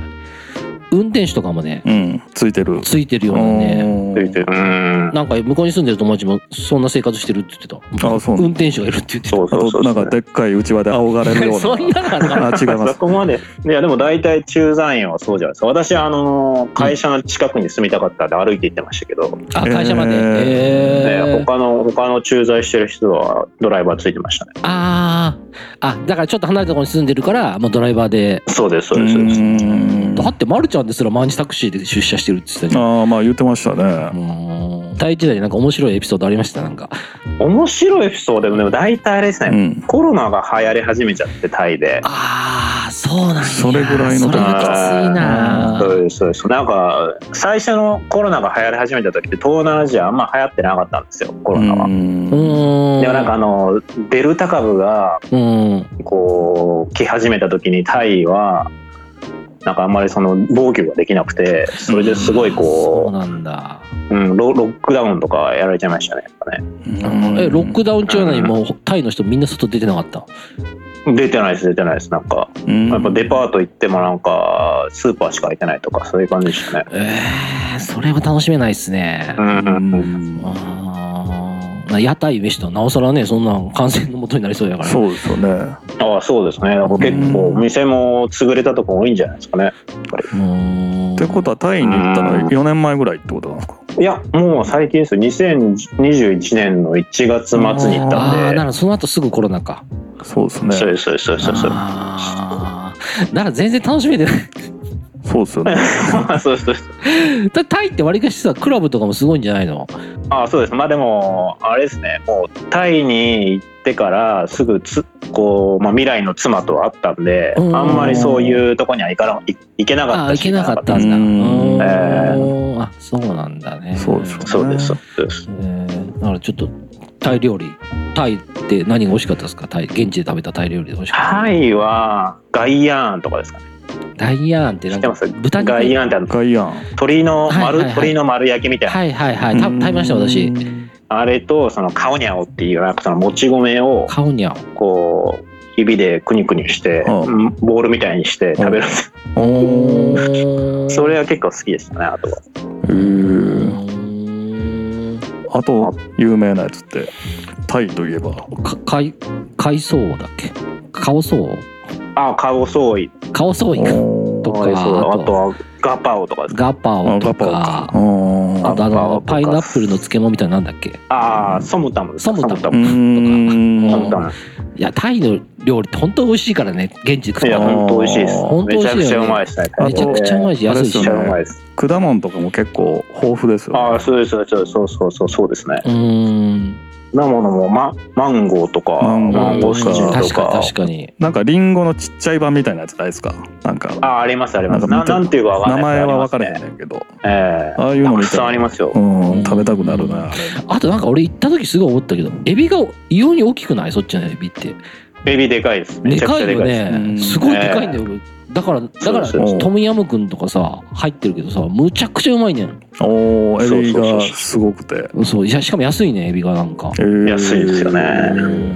運転手とかもね、
うん。ついてる。
ついてるようなね、
お
ついて
ー
るうん
なんか向こうに住んでる友達もそんな生活してるって言ってた。
あそうなんだ
運転手がいるって言ってた。
そう
あ
そうそ
と、
う
なんかでっかいうちわで仰がれるよ
そん
う
なのあるかな
な。あ、違いま
そ
す。
こまでいやでも大体駐在員はそうじゃないですか私あの会社の近くに住みたかったんで歩いて行ってましたけど、
あ、会社まで。
えー
えー
ね他の他の駐在してる人はドライバーついてましたね
あああだからちょっと離れたところに住んでるからもうドライバーで、
そうですそううですそうです
ん
だってまるちゃんですら毎日タクシーで出社してるって言ってたじゃん
ああ、まあ言ってました
う
ね。
ーん第一時代でなんか面白いエピソードありましたなんか
面白いエピソードでも大体あれです
う
ね、
ん。
コロナが流行り始めちゃってタイで
ああそうなんだ
それぐらいの
それはきついな
そうですそうですなんか最初のコロナが流行り始めた時って東南アジアあんま流行ってなかったんですよコロナは、
うん
うーん
でもなんかあのデルタ株が
うん
こう来始めた時にタイはなんかあんまりその防御ができなくてそれですごい
そう
こ
なんだ
う、うん、ロロックダウンとかやられちゃいましたねやっぱね
えロックダウン中なのに
うん
もうタイの人みんな外出てなかった
出てないです出てないですなんか
うん
やっぱデパート行ってもなんかスーパーしか開いてないとかそういう感じでしたね
ええそれは楽しめないっすね
うん
う
うんうん
ん
あー屋台飯とはなおさらねそんなん感染のもとになりそうやから
そうですよね。
ああそうですねなんか結構店も潰れたとこ多いんじゃないですかね
うーん
でってことはタイに行ったのは4年前ぐらいってことなんですか
いや、もう最近ですよ。2021年の1月末に行ったん
ああ、
で。
ならその後すぐコロナか。
そうです
そう
ね
です、そうです、そうですそうです。
ああ。なら全然楽しめてない。
そうですよね
まあそうですそうです
だってタイってわりかしさ、クラブとかもすごいんじゃないの
あそうですまあでもあれですねもうタイに行ってからすぐつこう、まあ、未来の妻と会ったんであ
うん
んまりそういうとこには行かない行けなか
あ
っ
あ、
た
行
し
けなかったん
う
だ。
ん
うんあ、そうなんだね。
そうですよ
たそうですそうです
えー、だからちょっとタイ料理タイって何が美味しかったですかタイ現地で食べたタイ料理で美味しかった
タイはガイアーンとかですかね
ダイアーンってな
知
ん
って
か
ます
豚肉
ガイアーンってあの
ガイアン
鳥の丸、
はいはいはい
鳥の丸焼きみたいな、
はいはいはいた食べました私
あれとそのカオニャオっていうなんかそのもち米を
カオニャオ
こう指でくにくにして、
うん
うんボールみたいにして食べるんです、
おー
それは結構好きでしたねあとは
えーあと有名なやつってタイといえば
か海海藻だっけカオソウ
あカオソイ
カオソウイカ
お
と
ー
か
そうですそうです
あ
あと
と
はガパオとかです
ガパオ
あ
と
ガパオ
か
かお
あ
ー
とあ
ガパオ
の
とか
パイナップルの漬物みたいなのなんだっけ
ああソムタムです
ソムタム
う
ム
ーん
ソムタム
いやタイの料理って本当美味しいからね現地で食
い
った
や
ら
本当美味しいです
本当美
め
味
ち
しいよ
ゃ
ね
くちゃうまいですね
あの
めちゃくちゃうまいし安いし
あれで
め
す
ちゃくち
よ
ゃ
ね
うまいです
果物とかも結構豊富ですよね
ああそうですそうですそうですそうそうそうですね
うーん
なものもママンゴーとか
マンゴーとか
マンゴスチンと
確か
か
に確かに
なんかリンゴのちっちゃい版みたいなやつないですかなんか
ああありますあります
な
なん
んか
な
見
んていうかわ
名
かんない
前は分
わ
からへん
ね
ねんけど
ええ
ああいうの
た
見
く
た
さんありますよ
うん食べたくなるなあれ
あとなんか俺行った時すごい思ったけどエビが異様に大きくないそっちのエビって
エビでかいですめ
で
ちゃく
か
ちゃ
い
でか
よ
いです
ね
です
すごいでかいんだよ俺だからだから
そう
そう
トムヤムくんとかさ入ってるけどさむちゃくちゃうまいねん
おーエビ
そう
が
そうそうそう
すごくて
そういやしかも安いねエビがなんか
えー
安いですよね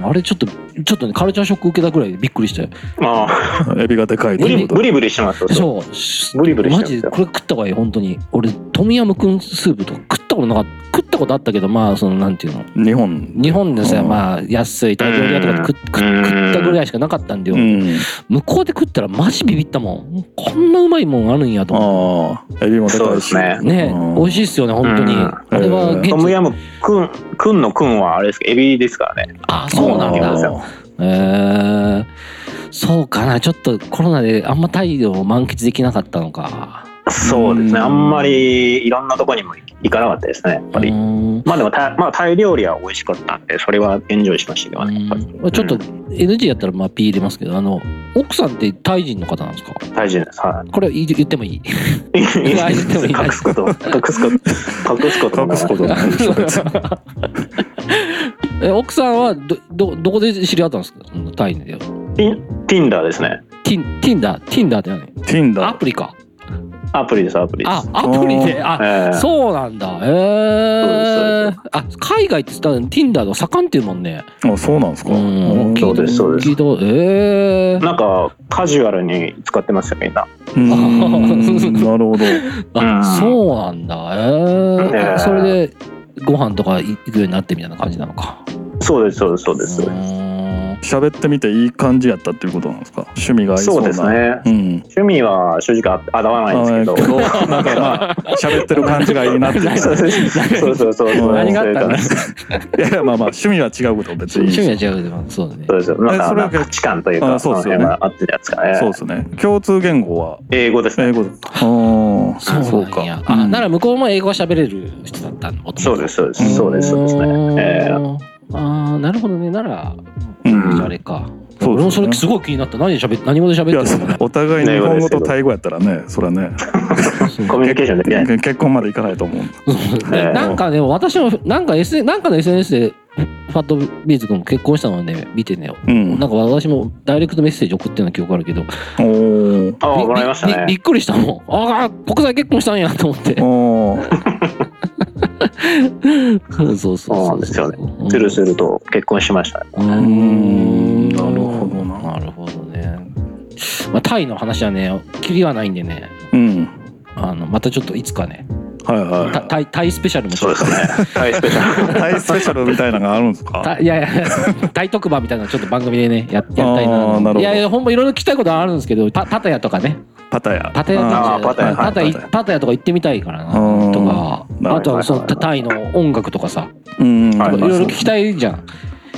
うんあれちょっとちょっとねカルチャーショック受けたぐらいびっくりしたよ
まあ
エビがでかいと
ブ
い
リ
うこと
ブリブリしてますよう
そう
ブリブリし
マ
てます
ジ
よ
でこれ食った方がいい本当に俺トムヤムくんスープとか食ったことなかった食ったことあったけどまあそのなんていうの
日本
日本でさ、
うん
まあ安い大量屋とかで食食
うん
食ったぐらいしかなかったんだよ、
うん
向こうで食ったらマジビビったもんこんなうまいもんあるんやと思
ああエビもで
そう
か
で
い
す
し
ね
うね
うん
美味しいっすよね本当に、
うん
あれは現地、
トムヤムくんくんのくんはあれですかエビですからね
あそうなん
そうなんだ
だへえそうかなちょっとコロナであんま太陽を満喫できなかったのか
そうですね。
うん
あんまりいろんなとこにも行かなかったですね。やっぱ
う
り。
ん
まあでもタイ、まあタイ料理は美味しかったんで、それはエンジョイしましたけどね。やっぱり
うんちょっと NG やったらまあ P 入れますけどあの奥さんってタイ人の方なんですか
タイ人です。は
これ言言ってもいい
い。
や言ってもいい
隠すこと、隠すこと、隠すことも
隠すこと ないでしょ別に
え奥さんはどどどこで知り合ったんですかそのタイで
ティン Tinder ですね。
ティン、ティンダー、ティンダーって何
Tinder
アプリか。
アプリです、アプリで
あ
す。、
アプリで、あ、
ええ
そうなんだ。え
そ
え
うです
あ、海外って言ったら Tinder が盛んっていうもんね。
あそうなんですか
うん。
そうですそうです
聞いたことええ
なんかカジュアルに使ってますよ、みんな。
うんなるほど
あ、
うん
そうなんだ。ええ
ええ
それで、ご飯とか行くようになってみたいな感じなのか。
そうです、そうです、そうです。
ーん
喋ってみていい感じやったっていうことなんですか趣味が合いそ
そうう
な
ですね。
うん
趣味は正直あ合わないんですけど。
なん かまあ喋ってる感じがいいなっていう
そうそうそうそう。
何があったんですか
いやいやまあまあ趣味は違うことは別にいい
趣味
し
は違うけど、そうだね
そ。うですよ。なん
え
か
それは
価値観という
あ
か、
そ
そうの
ですよ
辺
ね
が合ってるやつかね。
そうですね共通言語は
英語です
英
ね。
語ですああ
そうなんや。あ、なら向こうも英語が喋れる人だったの
そうです、。
う
そうで
ん
す、そうです、そうですね。えー
ああ、なるほどね。なら、
う
うん
ん
あれか。
そうですね
俺もそれすごい気になった。何で喋っ何語で喋って
い
る
や
のかな
お互い日本語とタイ語やったらねそれはね
そう
コミュニケーションできない。
結婚までいかないと思う
でなんかね、私も、なんか S、なんかの SNS で、ファットビーズ君結婚したのをね、見てね、
うん
なんか私もダイレクトメッセージ送ってるの記憶あるけど、
おー
ああ、
び
もらいました
びび
ね。
っくりしたもん。ああ、国際結婚したんやと思っ て。
おー
そうそうそう。
そうなんですよね
ね
スルスルと結婚しました。
うーん
んなるほどな
なるほどね。まあ、タイの話はね、キリはないんでね、
うん
あの、またちょっといつかね、
はい
タ
は
タイ、タイスペシャルもち
そう
ょ
で
っ
す
と。
ね。はい、スペシャ
いタイスペシャルみたいなのがあるんですか
たいや いや、大特番みたいなのちょっと番組でね、ややりたい
あー
な。
なるほど
いやいや、ほんまいろいろ聞きたいことはあるんですけど、た、たたやとかね。
パタヤ
パタヤ
あー
あーパタヤ
パタ
はい
ヤパタヤとか行ってみたいからな
うん
とか
なるほど
あとはそのタイの音楽とかさ
うん
はいい
ろいろ聞きたいじゃん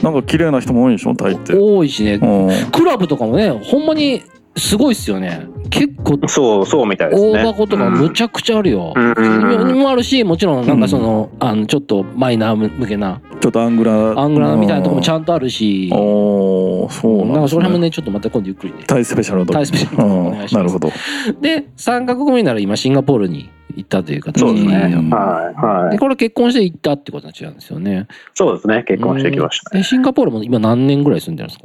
なんか綺麗な人も多いんでしょタイって
多いしね
うん
クラブとかもねほんまにすごいっすよね結構
そう、そうみたいですね。
大箱とかむちゃくちゃあるよ、
うんうん
もあるしもちろんなんかその,、あのちょっとマイナー向けな
ちょっとアングラ
アングラみたいなとこもち
ん
ゃんとあるし、
おーそう
なん
なん
か
です
その
ね
辺もねちょっとまた今度ゆっくりね
タイスペシャルの時
タイスペシャル
う
の時お
ん
願いします
なるほど
で3カ国目になら今シンガポールに行ったという形
そうですね
うん
はい、は
で
い。
これ結婚して行ったってことになっちゃうんですよね
そうですね、結婚してきました
うん
ね。
えシンガポールも今何年ぐらい住んでるんですか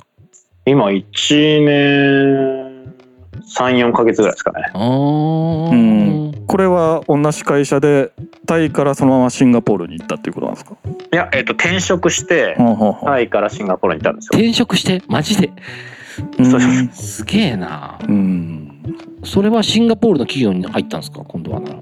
今、1年、3、4ヶ月ぐらいですかね。
あー
うんこれは同じ会社でタイからそのままシンガポールに行ったっていうことなんですか
いや、えっと、転職して、
は
タイからシンガポールに行ったんですよ。
転職してマジで
い
そうです
すげえな
うん
それはシンガポールの企業に入ったんですか今度はなら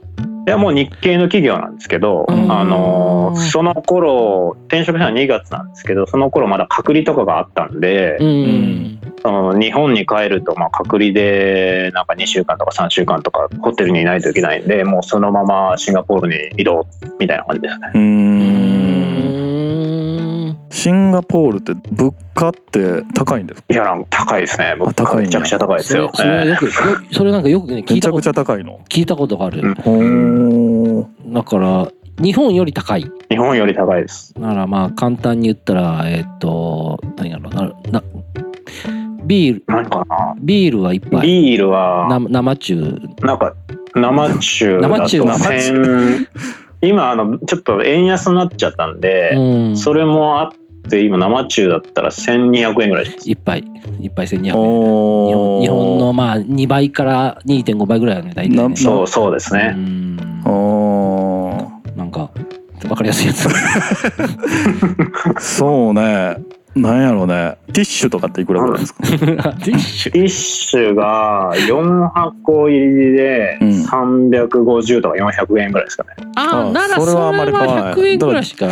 いやもう日系の企業なんですけど、
うん
あのーその頃転職したのは2月なんですけどその頃まだ隔離とかがあったんで、
うん
その日本に帰るとまあ隔離でなんか2週間とか3週間とかホテルにいないといけないんでもうそのままシンガポールに移動みたいな感じですね
う
うんん
シンガポールって物価って高いんですか
いやなんか高いですね僕
あ高いんや
めちゃくちゃ高いです
それ
よ、
それはよくよそれなんかよくね聞
め
い
ちゃ
たこ
くち
と
ゃ高いの
聞いたことがあ
う
る
ん
ほー
だから日本より高い
日本より高いです
ならまあ簡単に言ったらえっ、と何やろななビール
何かな
ビールは一杯
ビールは
な生中
なんか生中だ
生
と
中
生
1000今あのちょっと円安になっちゃったんで、
うん
それもあって今生中だったら1200円ぐらいします
一杯一杯1200円
お
日本
ー
日本のまあ2倍から2.5倍ぐらいだね大体ね
な
そうそうです
う
ね、
ん
おー
なんかわかりやすいや つ
そうねなんやろうねティッシュとかっていくらぐらいですか
ティッシュが4箱入りで
うん
350とか400円ぐらいですかね、
ああ
あ
ならそ
そ
れ
れはあんまり変わら
は
ない
100円ぐらいしか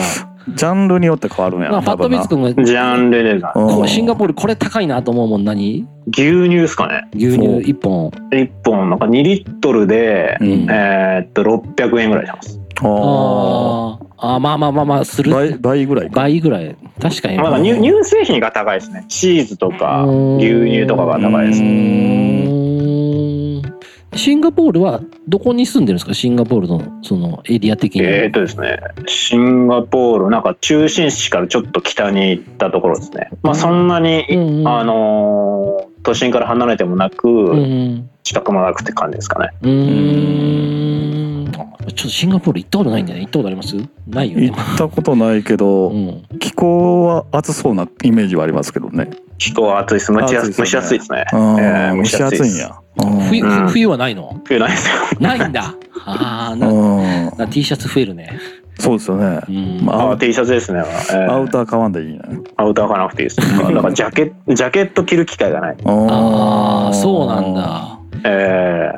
ジャンルによって変わるんや
まあ
な
ファ
多
ット
分
ビ
な
ズ君が
ジャンルでな
こ
う
うんシンガポールこれ高いなと思うもん何
牛乳ですかね
牛乳
そう
1本
1本なんか2リットルで、
うん
えーっと600円ぐらいします
あ
あーあーまあまあまあまあす
ー倍
る
倍ぐらいか
倍ぐらい確かに
まあ、乳乳製品が高いですねチーズとか牛乳とかが高いです
う
ね
ーんシンガポールはどこに住んでるんですかシンガポールのそのエリア的には。
えーっとですね、シンガポール、なんか中心市からちょっと北に行ったところですね。まあそんなに、
うんうん
あのー都心から離れてもなく、
うん
近くもなくって感じですかね。
うーんちょっとシンガポール行ったことないんだよね行ったことありますないよね
行。ったことないけど、
うん、
気候は暑そうなイメージはありますけどね、
気候は暑いです。蒸し
暑い
暑
ですよね
蒸し暑いですね。
うん
えー
蒸し暑いん
です
や、うん
冬
うん
冬はないの
冬ないですよ。
ないんだああな
うん
な T シャツ増えるね。
そうですよね、
うん
まあ
あ T シャツですね。えー
アウター買わんでいいね
アウターかなくていいです。だからジャケジャケット着る機会がない。
ああそうなんだ。
え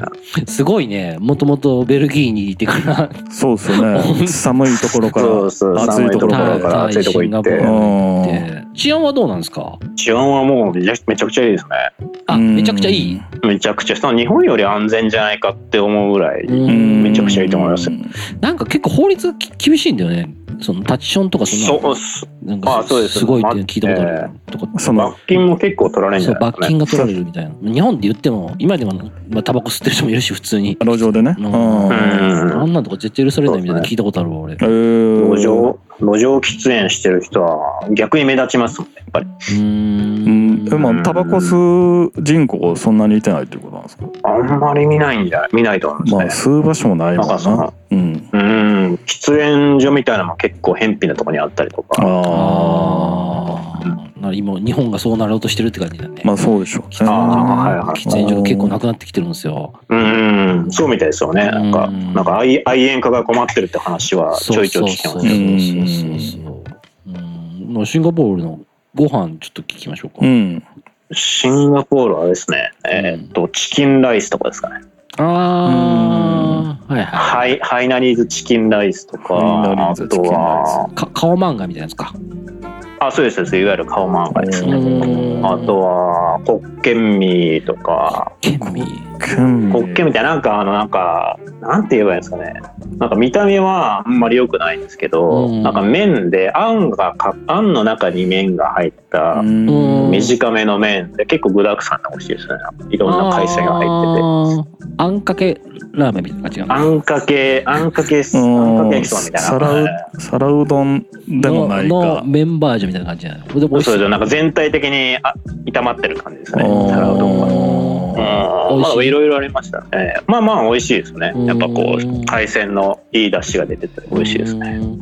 すごいねもともとベルギーにいてから
そうですよね寒いところ
ー、
から
そうそう
暑
寒
い
い
と
と
こ
こ
ろか
ろからら暑いとこ行っ
タイシンガポー
て
ルって
う。ん
治安はどうなんですか
治安はもうめちゃめちゃくちゃいいですね。
あ
うん
めちゃくちゃいい
めちゃくちゃその日本より安全じゃないかって思うぐらい、
うん
うん
めちゃくちゃいいと思いますよ
なんか結構法律がき厳しいんだよね。そのタッチションとかそんな
そ
の
うす
なんか
あそうです
すごいって
ま
聞いたことある、とか。
その
罰金も結構取られるんじ
そ
ゃ
う
ない
罰
ですかね
金が取られるみたいな 日本で言っても今でも、まあ、タバコ吸ってる人もいるし普通に
路上でね
う
うんん
うん
あんなのとか絶対許されないみたいなの聞いたことあるわ俺
えー
路上路上喫煙してる人は逆に目立ちますもんねやっぱり
うー
うんえ
ん
まあタバコ吸う人口そんなにいてないっていうことなんですか
あんまり見ないんじゃない見ないと思うんです
まあ
ね、
吸う場所もないもん
なんかそ
な
の
うん
うん喫煙所みたいなのも結構偏僻なとこにあったりとか
あ
あ
ーな今日本がそうなろうとしてるって感じだね、
あまあそうでしょうね
喫煙所が
あーはいはい
喫煙所が結構なくなってきてるんですよ
うんそうみたいですよねなんか
うん
なんか愛愛煙家が困ってるって話はち
そ
ょ
う
いち
そ
ょいう聞き
そうそうそ
ます
う
よ
そううんまあシンガポールのご飯ちょっと聞きましょうか、
うん
シンガポールはあれですねえーっとチキンライスとかですかね
ああはいは
ハイハイナリーズチキンライスとか
ハイナリー
あ
ズチキ
と
ンライス
は
か顔漫画みたいなやつか
ああ、そうです、そうですいわゆる顔漫画ですね。
うん
あとは、国県民とか、
県民
県
国
民
旗みたいな、なんか、あの、なんか、なんて言えばいいんですかね。なんか見た目はあんまり良くないんですけど、
うん
なんか麺で、あんがか、あんの中に麺が入った、
うん
短めの麺で、結構具だくさんな美味しいですね。いろんな海鮮が入ってて。
っててあんかけラーメンみたいな感じなの
あんかけ、あんかけ、あんかけ焼きそばみたいな。
皿う皿うどんでもない
のの
か
メンバージョンみたいな感じなのでも美
そう
味し
そ
いう
そうなんか全体的にあ炒まってる感じですね
おー
皿うどんが。うん
美味
ま
しい
あいろいろありましたね。まあまあ美味しいですね。やっぱこ
うん
う海鮮のいい出汁が出てて美味しいですね。
うん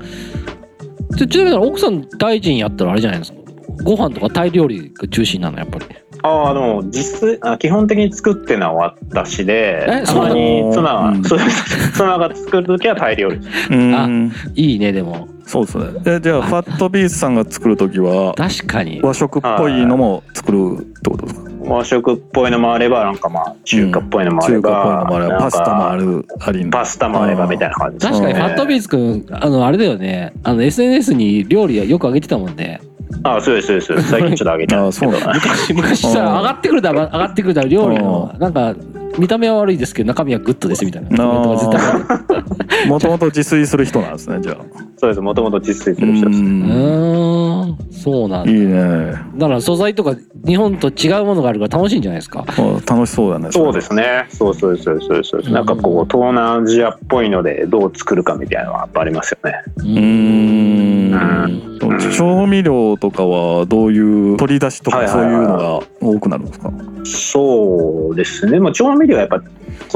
ちょちなみに奥さんタイ人やったらあれじゃないですかご飯とかタイ料理が中心なのやっぱり
ああでも実あ基本的に作ってのは私で
え、
たまに
そう
妻
なの
がそうです妻が作る時はタイ料理。
うん
いいねでも
そうですねえじゃあファットビースさんが作る時は
確かに
和食っぽいのも作るってことですか
和食っぽいのもあればなんかまあ中華っぽいのもあれ
中華っぽいの
ば、
もあれ
なんか
パスタもあるあり
パスタもあればみたいな感じですね。
確かにファットビーズくんあのあれだよねあの SNS に料理よく上げてたもんね
ああそうですそうですそうです。最近ちょっとあげて
あ
る
あ
んですけ
そう
ど。
なんだ
昔昔さ
うん
上がってくるだろ上がってくるだろ料理の
う
なんか見た目は悪いですけど中身はグッドですみたいなコメントが絶対ある
もともと自炊する人なんですねじゃあ
そうです。もともと実炊す
う
る人です。
うんーんそうなん
い
だ
いね
だから素材とか日本と違うものがあるから楽しいんじゃないですか
あ楽しそうだね
そうですね。そうそうそうそうそう。
うん
なんかこう東南アジアっぽいのでどう作るかみたいなのはやっぱありますよね。
う
うーん
うん
調味料とかはどういう取り出しと
は
か
いは
そう
い
い
はいう
のが多くなるんですか、
そうですね。でも調味料はやっぱこ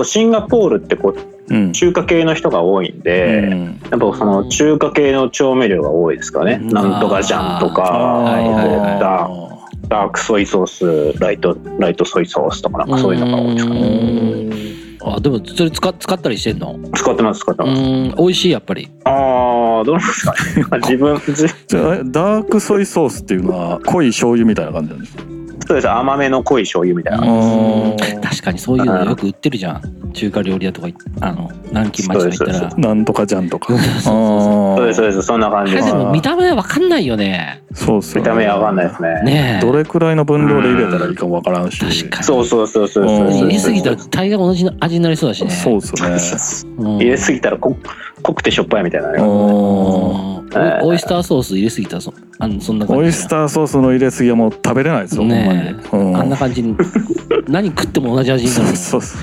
うシンガポールってこう
うん
中華系の人が多いんで、やっぱその中華系の調味料が多いですからね。
うん
なんとかジャンと
は
か
いはいはい
ダーダークソイソース、ライトライトソイソースとかなんかそういうのが多いですかね。
うーんあでもそれ使使ったりしてんの
使ってます使って
う
ます。
ーん美味しいやっぱり
ああどうなんですかね。 まあ自分自
じゃあえダークソイソースっていうのは濃い醤油みたいな感じなんですか
そうです甘めの濃い醤油みたいな。
うん
あー
確かにそういうのよく売ってるじゃん中華料理屋とかいあの南京町とか行った
そうですそう
ら
なんとかじゃんと か
うん
そう
そう
ですそうですそんな感
あ
じ
れ
です
で。も見た目わかんないよね
そうっすよ
見
ね
た目わかんないですね。
ねえ
どれくらいの分量で入れたらいいかもわからんし
確かに
そうそうそうそうそうそう。
入れすぎたら
そ
大概同じの味になりそうだしね
そうっすよ
う
ね
そう
うん
入れすぎたらこ濃くてしょっぱいみたいなね。
おー
うんオイオイスターソース入れすぎたらそあのそんな感じ
オイスターソースの入れすぎはもう食べれないですよ、
ね
ほん
あ
ま
ん
に
な感じ に何食っても同じ味
うん
になる
そうそう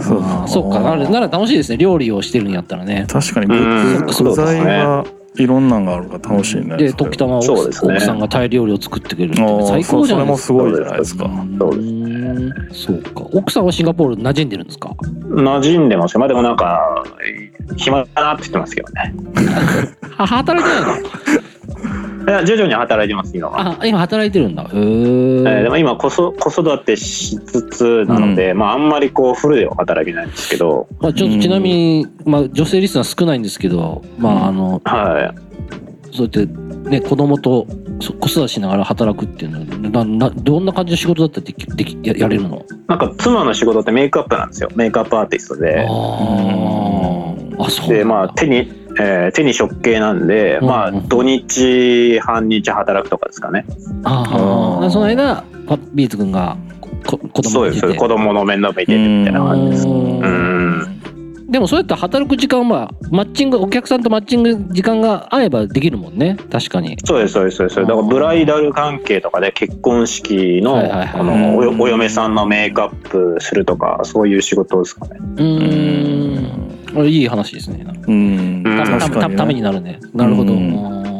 そう
あーそっかならなら楽しいですね料理をしてるんやったらね
確かに具
うん
具材がいろんなのがあるから楽しいね
で時たま奥,、
そうですね
奥さんがタイ料理を作ってくれるっ
あ
て
ー
最
そ
高
う
じ
そ
ゃな
れ
いで
も
すか
すごいじゃないですか
そうです
ねそうか奥さんはシンガポール馴染んでるんですか
馴染んでますよ。まあでもなんか暇だなって言ってますけどね。
あ働いてないの
いや徐々に働いてます今は。
あ今働いてるんだへ
えーで
ー
も今こそ子育てしつつなので、まああんまりこうフルでは働けないんですけど、
まあちょっとちなみに、まあ、女性リスナー少ないんですけどまああの
はい。
そうやってね子供とそ子育てしながら働くっていうのはななどんな感じの仕事だったらできできややれるの
なんか妻の仕事ってメイクアップなんですよ。メイクアップアーティスト
あ
で。
ーあそうなんだ
でまあ手に、えー手に食系なんで、
うん
まあ土日半日働くとかですかね。
あ
あ
あ
ー
その間パビーツ君がこ子
そ
供
う
に
で
つい
す
て
子供の面倒見ててみたいな感じです。
う
うんん
でもそうやって働く時間はマッチングお客さんとマッチング時間が合えばできるもんね確かに
そうですそうですそうですだからブライダル関係とかで結婚式の
はいはいはい
あのおよ
うん
お嫁さんのメイクアップするとかそういう仕事ですかね
うーんあれいい話ですね
うん
うん
たた
確か
た
に
ために
ね
なるねなるほど
うん
あー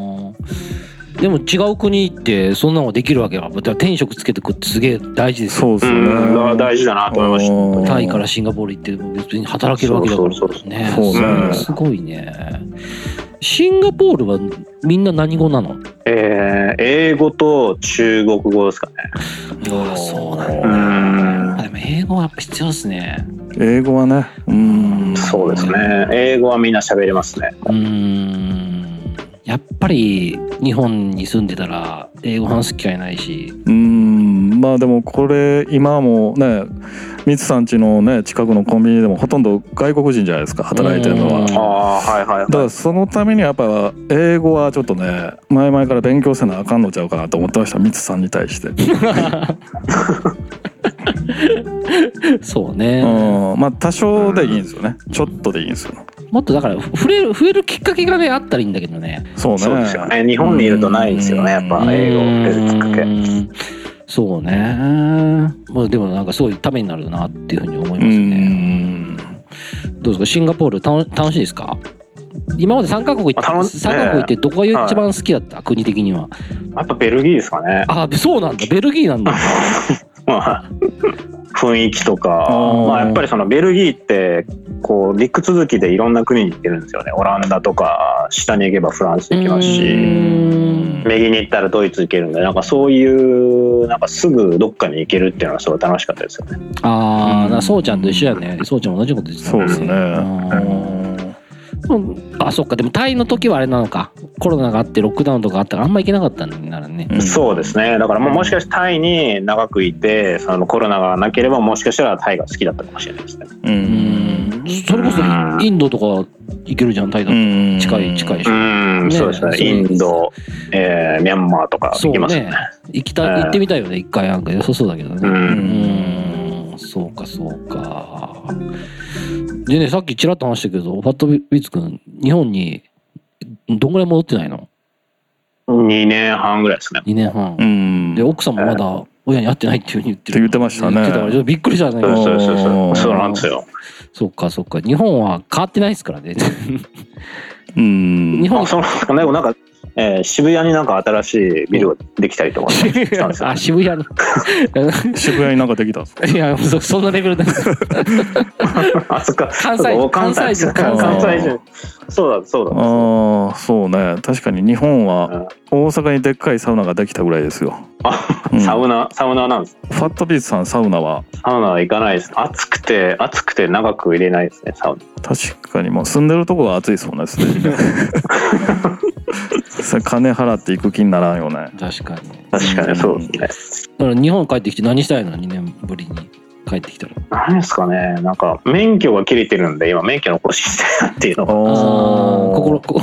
でも違う国行ってそんなのができるわけだからだから転職つけてくってすげえ大事ですよ
そうです
う
ね
んだから大事だなと思いました
うん
タイからシンガポール行って別に働けるわけだから
そうそうそう
ね
そうね
すごいねシンガポールはみんな何語なの
えー英語と中国語ですかね
ああそうなん
う
だ
ん
あでも英語はやっぱ必要ですね
英語はねうん
そうですね英語はみんな喋れますね
うーんやっぱり日本に住んでたら英語話す機会ないし
うんまあでもこれ今もねミツさん家のね近くのコンビニでもほとんど外国人じゃないですか働いてるの
う
は
ん
だ
ああはいはい
か
は
らそのためにやっぱ英語はちょっとね前々から勉強せなあかんのちゃうかなと思ってましたミツさんに対して、
そうね、
うん、まあ多少でいいんですよねちょっとでいいんですよ
もっとだから触れる増えるきっかけがねあったらいいんだけどね
そう
い
ね
そうですよね日本にいるとないですよねやっぱ英語っていうきっかけ
けそうねまあでもなんかすごいためになるなっていうふうに思いますね
ん
どうですかシンガポールたの楽しいですか今まで3カ国行っ
あ楽
て
し
三カ国行ってどこが一番好きだった、国的には
やっぱベルギーですかね
あそうなんだベルギーなんだ
まあ雰囲気とか
あー
まあやっぱりそのベルギーってこう陸続きでいろんな国に行ってるんですよねオランダとか下に行けばフランス行きます
う
し
ん
右に行ったらドイツ行けるんでなんかそういうなんかすぐどっかに行けるっていうのはすごい楽しかったですよね
ああなそうちゃんと一緒やねそうちゃんも同じこと言ってた
そう
もん
ですね
うんあそっかでもタイの時はあれなのかコロナがあってロックダウンとかあったからあんま行けなかったんだならね
うん
そうですねだからもうもしかしてタイに長くいてそのコロナがなければもしかしたらタイが好きだったかもしれないですね
う
うんんそれこそインドとか行けるじゃんタイだと
うん
近い近いでし
う
ょ
ん、
ね
そうですね
そう
インド、えーミャンマーとか
そ
行
う
きますよ
ね
ね
行きた
ええ
行ってみたいよね一回なんか良さそうだけど
う
ね
うん
うんそうかそうかでねさっきちらっと話したけどファットビッツ君日本にどんぐらい戻ってないの
2年半ぐらいですね
2年半
うん
で奥さんもまだ親に会ってないっていうふうに言ってる
って言ってましたね
言ってからちょっとびっくりしたね
そうですそうですそう
おー
ですそうなんですよ
そうかそうか日本は変わってないですからね
うん
日本
あそうなんですかねなんか、えー渋谷になんか新しいビルができたりと かしたんですよ
あ渋谷の
渋谷になんかできたんですか
いやそそんなレベルだ
あそっか
関西
そうかお
関西人
関
関関
西
西人そうだそうだ
ああそうね確かに日本は大阪にでっかいサウナができたぐらいですよ、
あ
うん
サウナサウナなんです
ファットビーズさんサウナは
サウナは行かないです暑くて暑くて長く入れないですねサウナ
確かにもう住んでるとこが暑いですもんねすで にねそれ金払っていく気にならんよね
確かに
確かにそうですね
だから日本帰ってきて何したいの2年ぶりに帰ってきたら
何ですかねなんか免許が切れてるんで今免許の更新したいなっていうのが
ああ
ー
心こ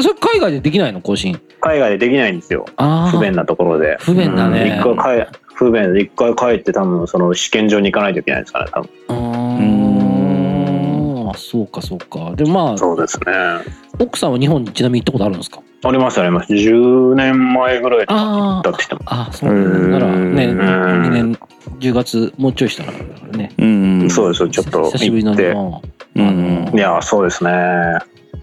それ海外でできないの更新
海外でできないんですよ
ああ
不便なところで
不便だね
うん一回帰不便で一回帰って多分その試験場に行かないといけないですから多分
うーんそうかそうかでまあ
そうですねあ
奥さんは日本にちなみに行ったことあるんですか
りますあります10年前ぐらい
あ
だって言っても
ああそうなんだならね
へー
2年10月もうちょいしたらだからね
うん
そうですよちょっと
久しぶりの
行っ
日
て
本
うん
あの
いやそうですね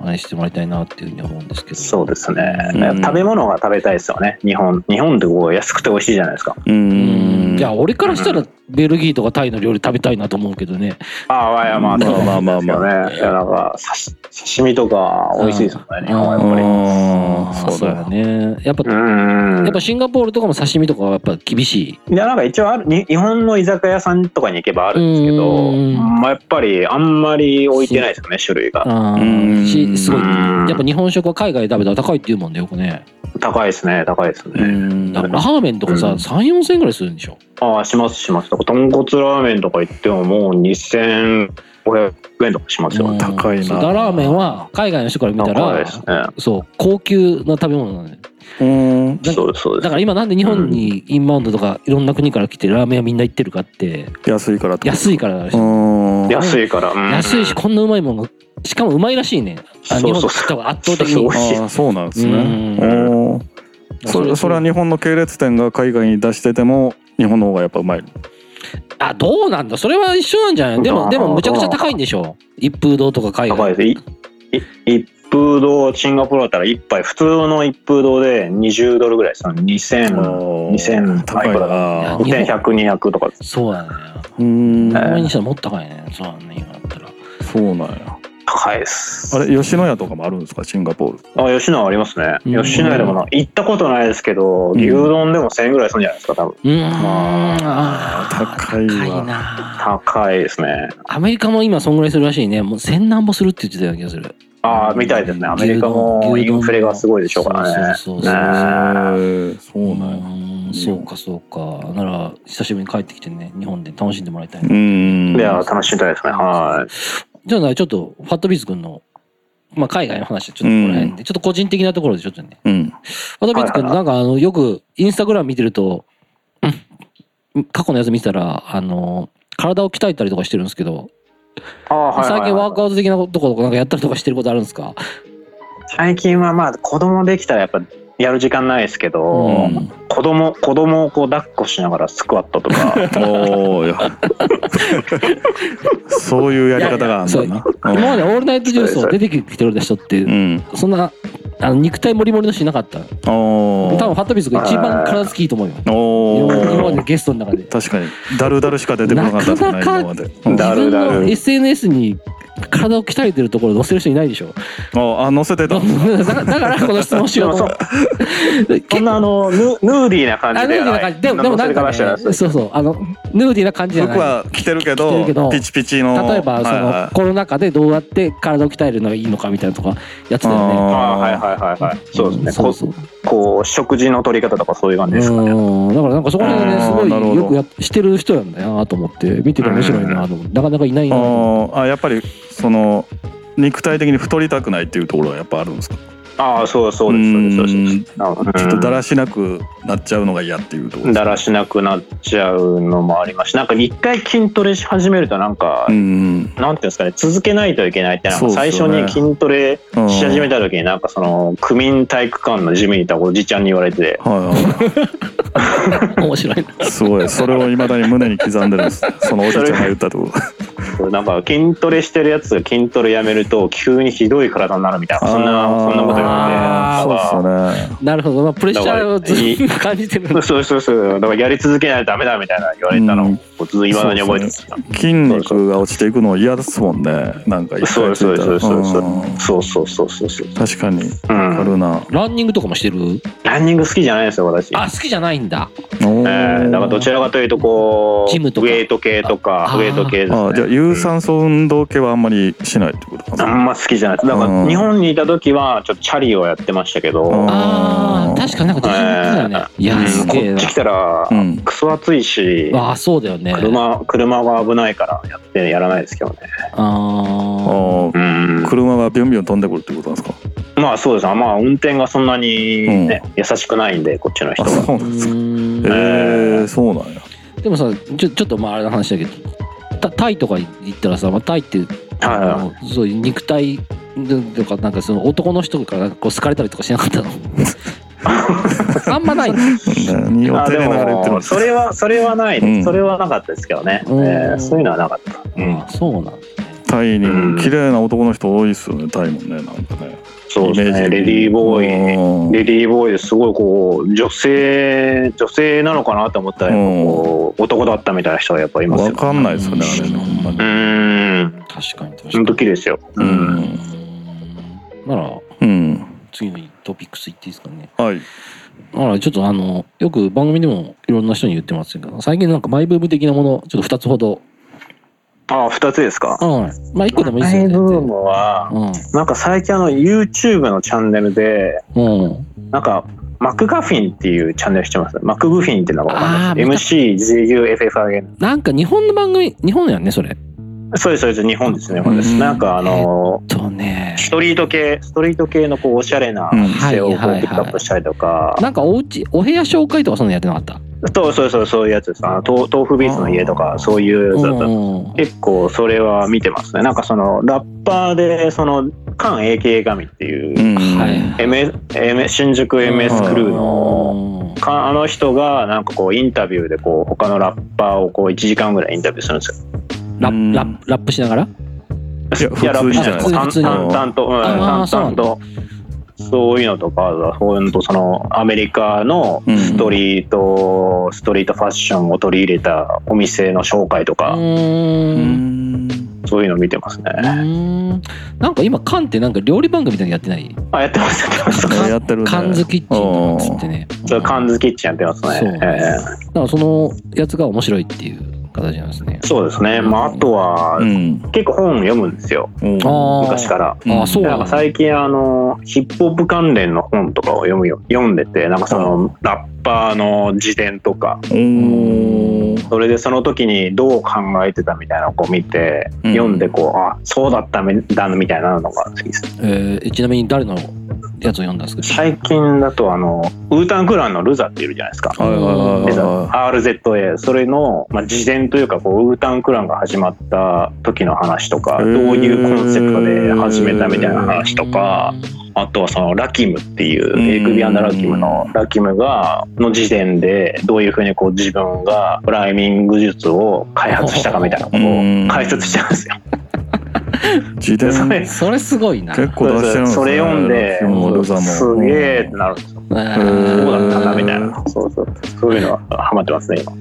お話ししてもらいたいなっていうふうに思うんですけど
そうですね、
うん
食べ物が食べたいですよね日本日本ってこう安くて美味しいじゃないですか
う
うんんじゃあ俺からしたらベルギーとかタイの料理食べたいなと思うけどね
ああいやまあ
まあ
そう
まあまあ
ですよ
まあ
ねいやなんか刺し刺身とか美味しいですよね日本はやっぱり
あ
あ
ー
ー
そうだよ
ねやっぱ、
うんうん
やっぱシンガポールとかも刺身とかはやっぱ厳しい
いやなんか一応あるに日本の居酒屋さんとかに行けばあるんですけど、
うん
まあ、やっぱりあんまり置いてないですよね種類が
あ
う
ー
ん
しすごい
うん
やっぱ日本食は海外で食べたら高いって言うもんねよくね
高いですね高いですね、
うん
だからラーメンとかさ
うん
34千円ぐらいするんでしょ
ああしますしますだから豚骨ラーメンとか行ってももう2500円とかしますよ、
うん
高いな
そうだからラーメンは海外の人から見た
高い
ら
ですね
そう高級な食べ物なのよ
うん
だ
そうですそうで
だ
す
から今なんで日本にインバウンドとかいろんな国から来てラーメン屋みんな行ってるかって
安いからってこと
安いからだし
うん
安いから、うん
安いしこんなうまいもんがしかもうまいらしいねあ日
そう
本
そう
食った方が圧倒的
そう
に
そう
ああそうなんですね
うん
おーそれそれは日本の系列店が海外に出してても日本の方がやっぱうまい
あどうなんだそれは一緒なんじゃないで
あ
も
ー
でもむちゃくちゃ高いんでしょ一風堂とか海
高い
外
ですいい一風堂シンガポールだったら一杯普通の一風堂で20ドルぐらいですよ20002000
高いな
日本
2100とかです
そうだね
うん
お前にしたらもっと高いねそうだね今だったら
そうなんや
高いです
あれ吉野家とかもあるんですかシンガポール
あ吉野家ありますね、
うん
吉野家でもな行ったことないですけど、
ん
牛丼でも1000円ぐらいするんじゃないですか多分
うーん
まあ
あー
高いわ
高いな
高いですね
アメリカも今そんぐらいするらしいねもう千何歩するって言ってたような気がする
ああみたいですねアメリカも
牛丼
インフレがすごいでしょうからね
そうそうそうそう
ね
そう
う
なんや
ーんんそうかそうかなら久しぶりに帰ってきてね日本で楽しんでもらいたいな、
うん。
いやー、楽しみたいですね。はい。
じゃあなちょっとファットビーズ君の、まあ、海外の話はちょっとここら辺で、ちょっと個人的なところでちょっとね
うん。
ファトビッツ君、
はい
なんかあの、よく、インスタグラム見てると、過去のやつ見てたら、あの、体を鍛えたりとかしてるんですけど、
あーはいはいはい
最近ワークアウト的なとことかなんかやったりとかしてることあるんですか
最近はまあ、子供できたらやっぱ、やる時間ないですけ
う
ど、
ん
子供、子供をこう抱っこしながらスクワットとか、
おーいやそういうやり方があるんだな。
今までオールナイトジュース
そ
を
うで
出てきてる人って
う、ん。
そんな、あの肉体もりもりの人いなかった。
うんお
多分
ー
ファトビッツ君一番体つきいいと思うよ。
お
今まで
ー
のゲストの中で。
確かに。だるだるしか出てこなかったですね
なかなか
今まで。
う
うんん
だ
自
る
分
だる
の SNS に体を鍛えてるところ載せる人いないでしょ。
ああ、載せてた。
だからだからこの質問しようと思って。
そんなあの、ヌヌーディーな感
あ
じ
ヌーディ
で
ーな
は
感
い。
じでもでもなんか、
乗
ね、
せてらっしゃ
そう
る
そうあのヌーディーな感じじゃない
僕は着てるけ
着て
ど
るけど
ピチピチの
例えばその、
はいはい
コロナ禍でどうやって体を鍛えるのがいいのかみたいなとかやってたよね
あ
あーはいはいはいはい。そうですね。
そうそう
ここう、食事の取り方とかそういう感じですかね。
うんだからなんかそこら辺ね
あー
すごい
なるほど
よくやっしてる人なんだよなと思って見てて面白いなと思ってなかなかいないなと思って
あーあやっぱりその肉体的に太りたくないっていうところはやっぱあるんですか、
ああ、そうそうです、そうです、そうです。
ち
ちょ
ょっとだらしなくなっちゃうのが嫌っていうところ
だらしなくなっちゃうのもありますし、なんか一回筋トレし始めるとなんか、
うん
なんていうんですかね、続けないといけないって、なん
そう
か
ですよ
最
ね
初に筋トレし
うん
始めた時に、なんかその、区民体育館のジムにいたおじちゃんに言われて、
は、
面白いない
すごいそれをいまだに胸に刻んでるんですそのおじちゃんが言ったって こと
なんか筋トレしてるやつが筋トレやめると、急にひどい体になるみたいな、そんな、そんなこと言われて、
あー
なんか
そうですよね
なるほど、まあ、プレッシャーをず
だか
っと感じてるんだ
そうそうそう。だからやり続けないとダメだみたいな言われたの
う
を
ん
こうずっと未だに覚えてます。
筋肉が落ちていくの嫌ですもんねなんか一
そう
回つい
そう
た
そ
ら
うそうそう
うん
そうそうそうそうそう。
確かに
う
あ
ん。
るな、
ランニングとかもしてる
ランニング好きじゃないんですよ、私。
あ好きじゃないんだ
お
え
ー
ーだからどちらかというとこう、
ジムとか
ウェイト系とか
あ、
ウェイト系です
あ
ね。
ーじゃあ有酸素運動系はあんまりしないってことか
あ
な、
んま好きじゃないです。だか
う
ら
ん
日本にいた時は、ちょっとチャリをやってましたけ
う
ど、
ん
あ
うん
ー確かになんか出てたよねいや
うん
すげえ
こっ
な
ち来たら
う、ん、
クソ暑いし、
ああそうだよね
車、車が危ないからやってやらないですけどね。
あ
あ
ー
ー
うん。
車はビュンビュン飛んでくるってことなんですか
まあそうですね。まあ運転がそんなにね、優しくないんで、こっちの人
あ
は。
そう
う
なんですか
ーん
ええそうなんや
でもさちょちょっとまああれの話だけどタタイとか行ったらさ、まあ、タイって、
はいはい
あのそういう肉体とかなんかその男の人からこう好かれたりとかしなか ったのあんまない
何を
あ
手
で
で流れ言って
も
ます
それはそれはないです、
うん
それはなかったですけどね、
うん
えーそういうのはなかった、
あそうなんだね
タイに
うん
綺麗な男の人多いっすよねタイもねなんかね
そうで
イ
すね
メージ
レディーボーイ
うん
レディーボーイですごいこう女性女性なのかなと思ったらやっぱこう男だったみたいな人がやっぱいますよ
わかんないですよねあれねほんま
う
に
ーん
確かに確か
ほんと
に
綺麗ですよ、
う
う
んーんなら
うん
次のトピックスいっていいですかね
はい
ならちょっとあのよく番組でもいろんな人に言ってますけど最近なんかマイブーム的なものちょっと2つほど
ああ2つですか
はいまあ1個でもいいです
大
よね
ブームはなんか最近あの YouTube のチャンネルで
うんうん
なんかマクガフィンっていうチャンネルしてますマクグフィンっていうのがわかんないで
あ
す MCGUFFRN
なんか日本の番組、日本やんね、それ。
そうですそうです日本ですね日本です、
うん
なんかあの
とね、
ストリート系ストリート系のこうおしゃれな
うん
店をこうピ
はいはいはい
ックアップしたりとか、
なんかおうち、お部屋紹介とかそんなのやってなかった。
そうそうそうそういうやつですあの豆豆腐ビーツの家と
あ
か
ー
そういうやつだった、
うん
結構それは見てますねなんかそのラッパーでその菅 AK 神っていう、
うん
はい。
MS M 新宿 MS クルーの、かあの人がなんかこうインタビューでこう他のラッパーをこう1時間ぐらいインタビューするんですよ
ラ
う
ッ
ん
プ、ラップ、ラップしながら
いや
いやラッ
普
プ
通
じ
に
ゃ
じゃ
ない
ないですす
でか
か
普通に
淡々と、うん、
あー
淡々とそういうのとかそういうのとそのアメリカの
うん
ストリート、ストリートファッションを取り入れたお店の紹介と
う
か、
ー
う
ん。
ん
そういうの見てますね
う、ーんなんか今、缶ってなんか料理番組みたいにやってない
あやってますやってます
缶
やってるね
缶ズキッチンとかっつってね。
それカン
だ
ズキッチンやってますね
そう
ええ
からそのやつが面白いっていう形なんですね。
そうですね。まあ、あとは
う、ん
結構本読むんですよ。
おー
あー
昔から。
あーそう
なんか最近あのヒップホップ関連の本とかを読むよ読んでてなんかそのラッパーの辞典とか
おー
それでその時にどう考えてたみたいなのをこう見て、
うん
読んでこうあそうだったみだみたいなのが好きです
えーちなみに誰のやつを読んだんですか
最近だとあのウータンクランのルザっているじゃないですか。
はいはいは
レ
い
ザ
は
ー RZA それの、まあ、事前というかこうウータンクランが始まった時の話とか
へ
どう
ー
いうコンセプトで始めたみたいな話とかあとはそのラキムっていう
うん
a クビアンダラキムのラキムがの時点でどういうふうにこう自分がクライミング術を開発したかみたいなこと
うん
を解説してるんですよ。
い自
で
転
それ
それすごいな。
結構出してるんですね
それ読んで
ラキもルザも
すげえってなるんですよ。
え
うん
ー
どうだったんだみたいなそうそうそういうのはハマってますね今。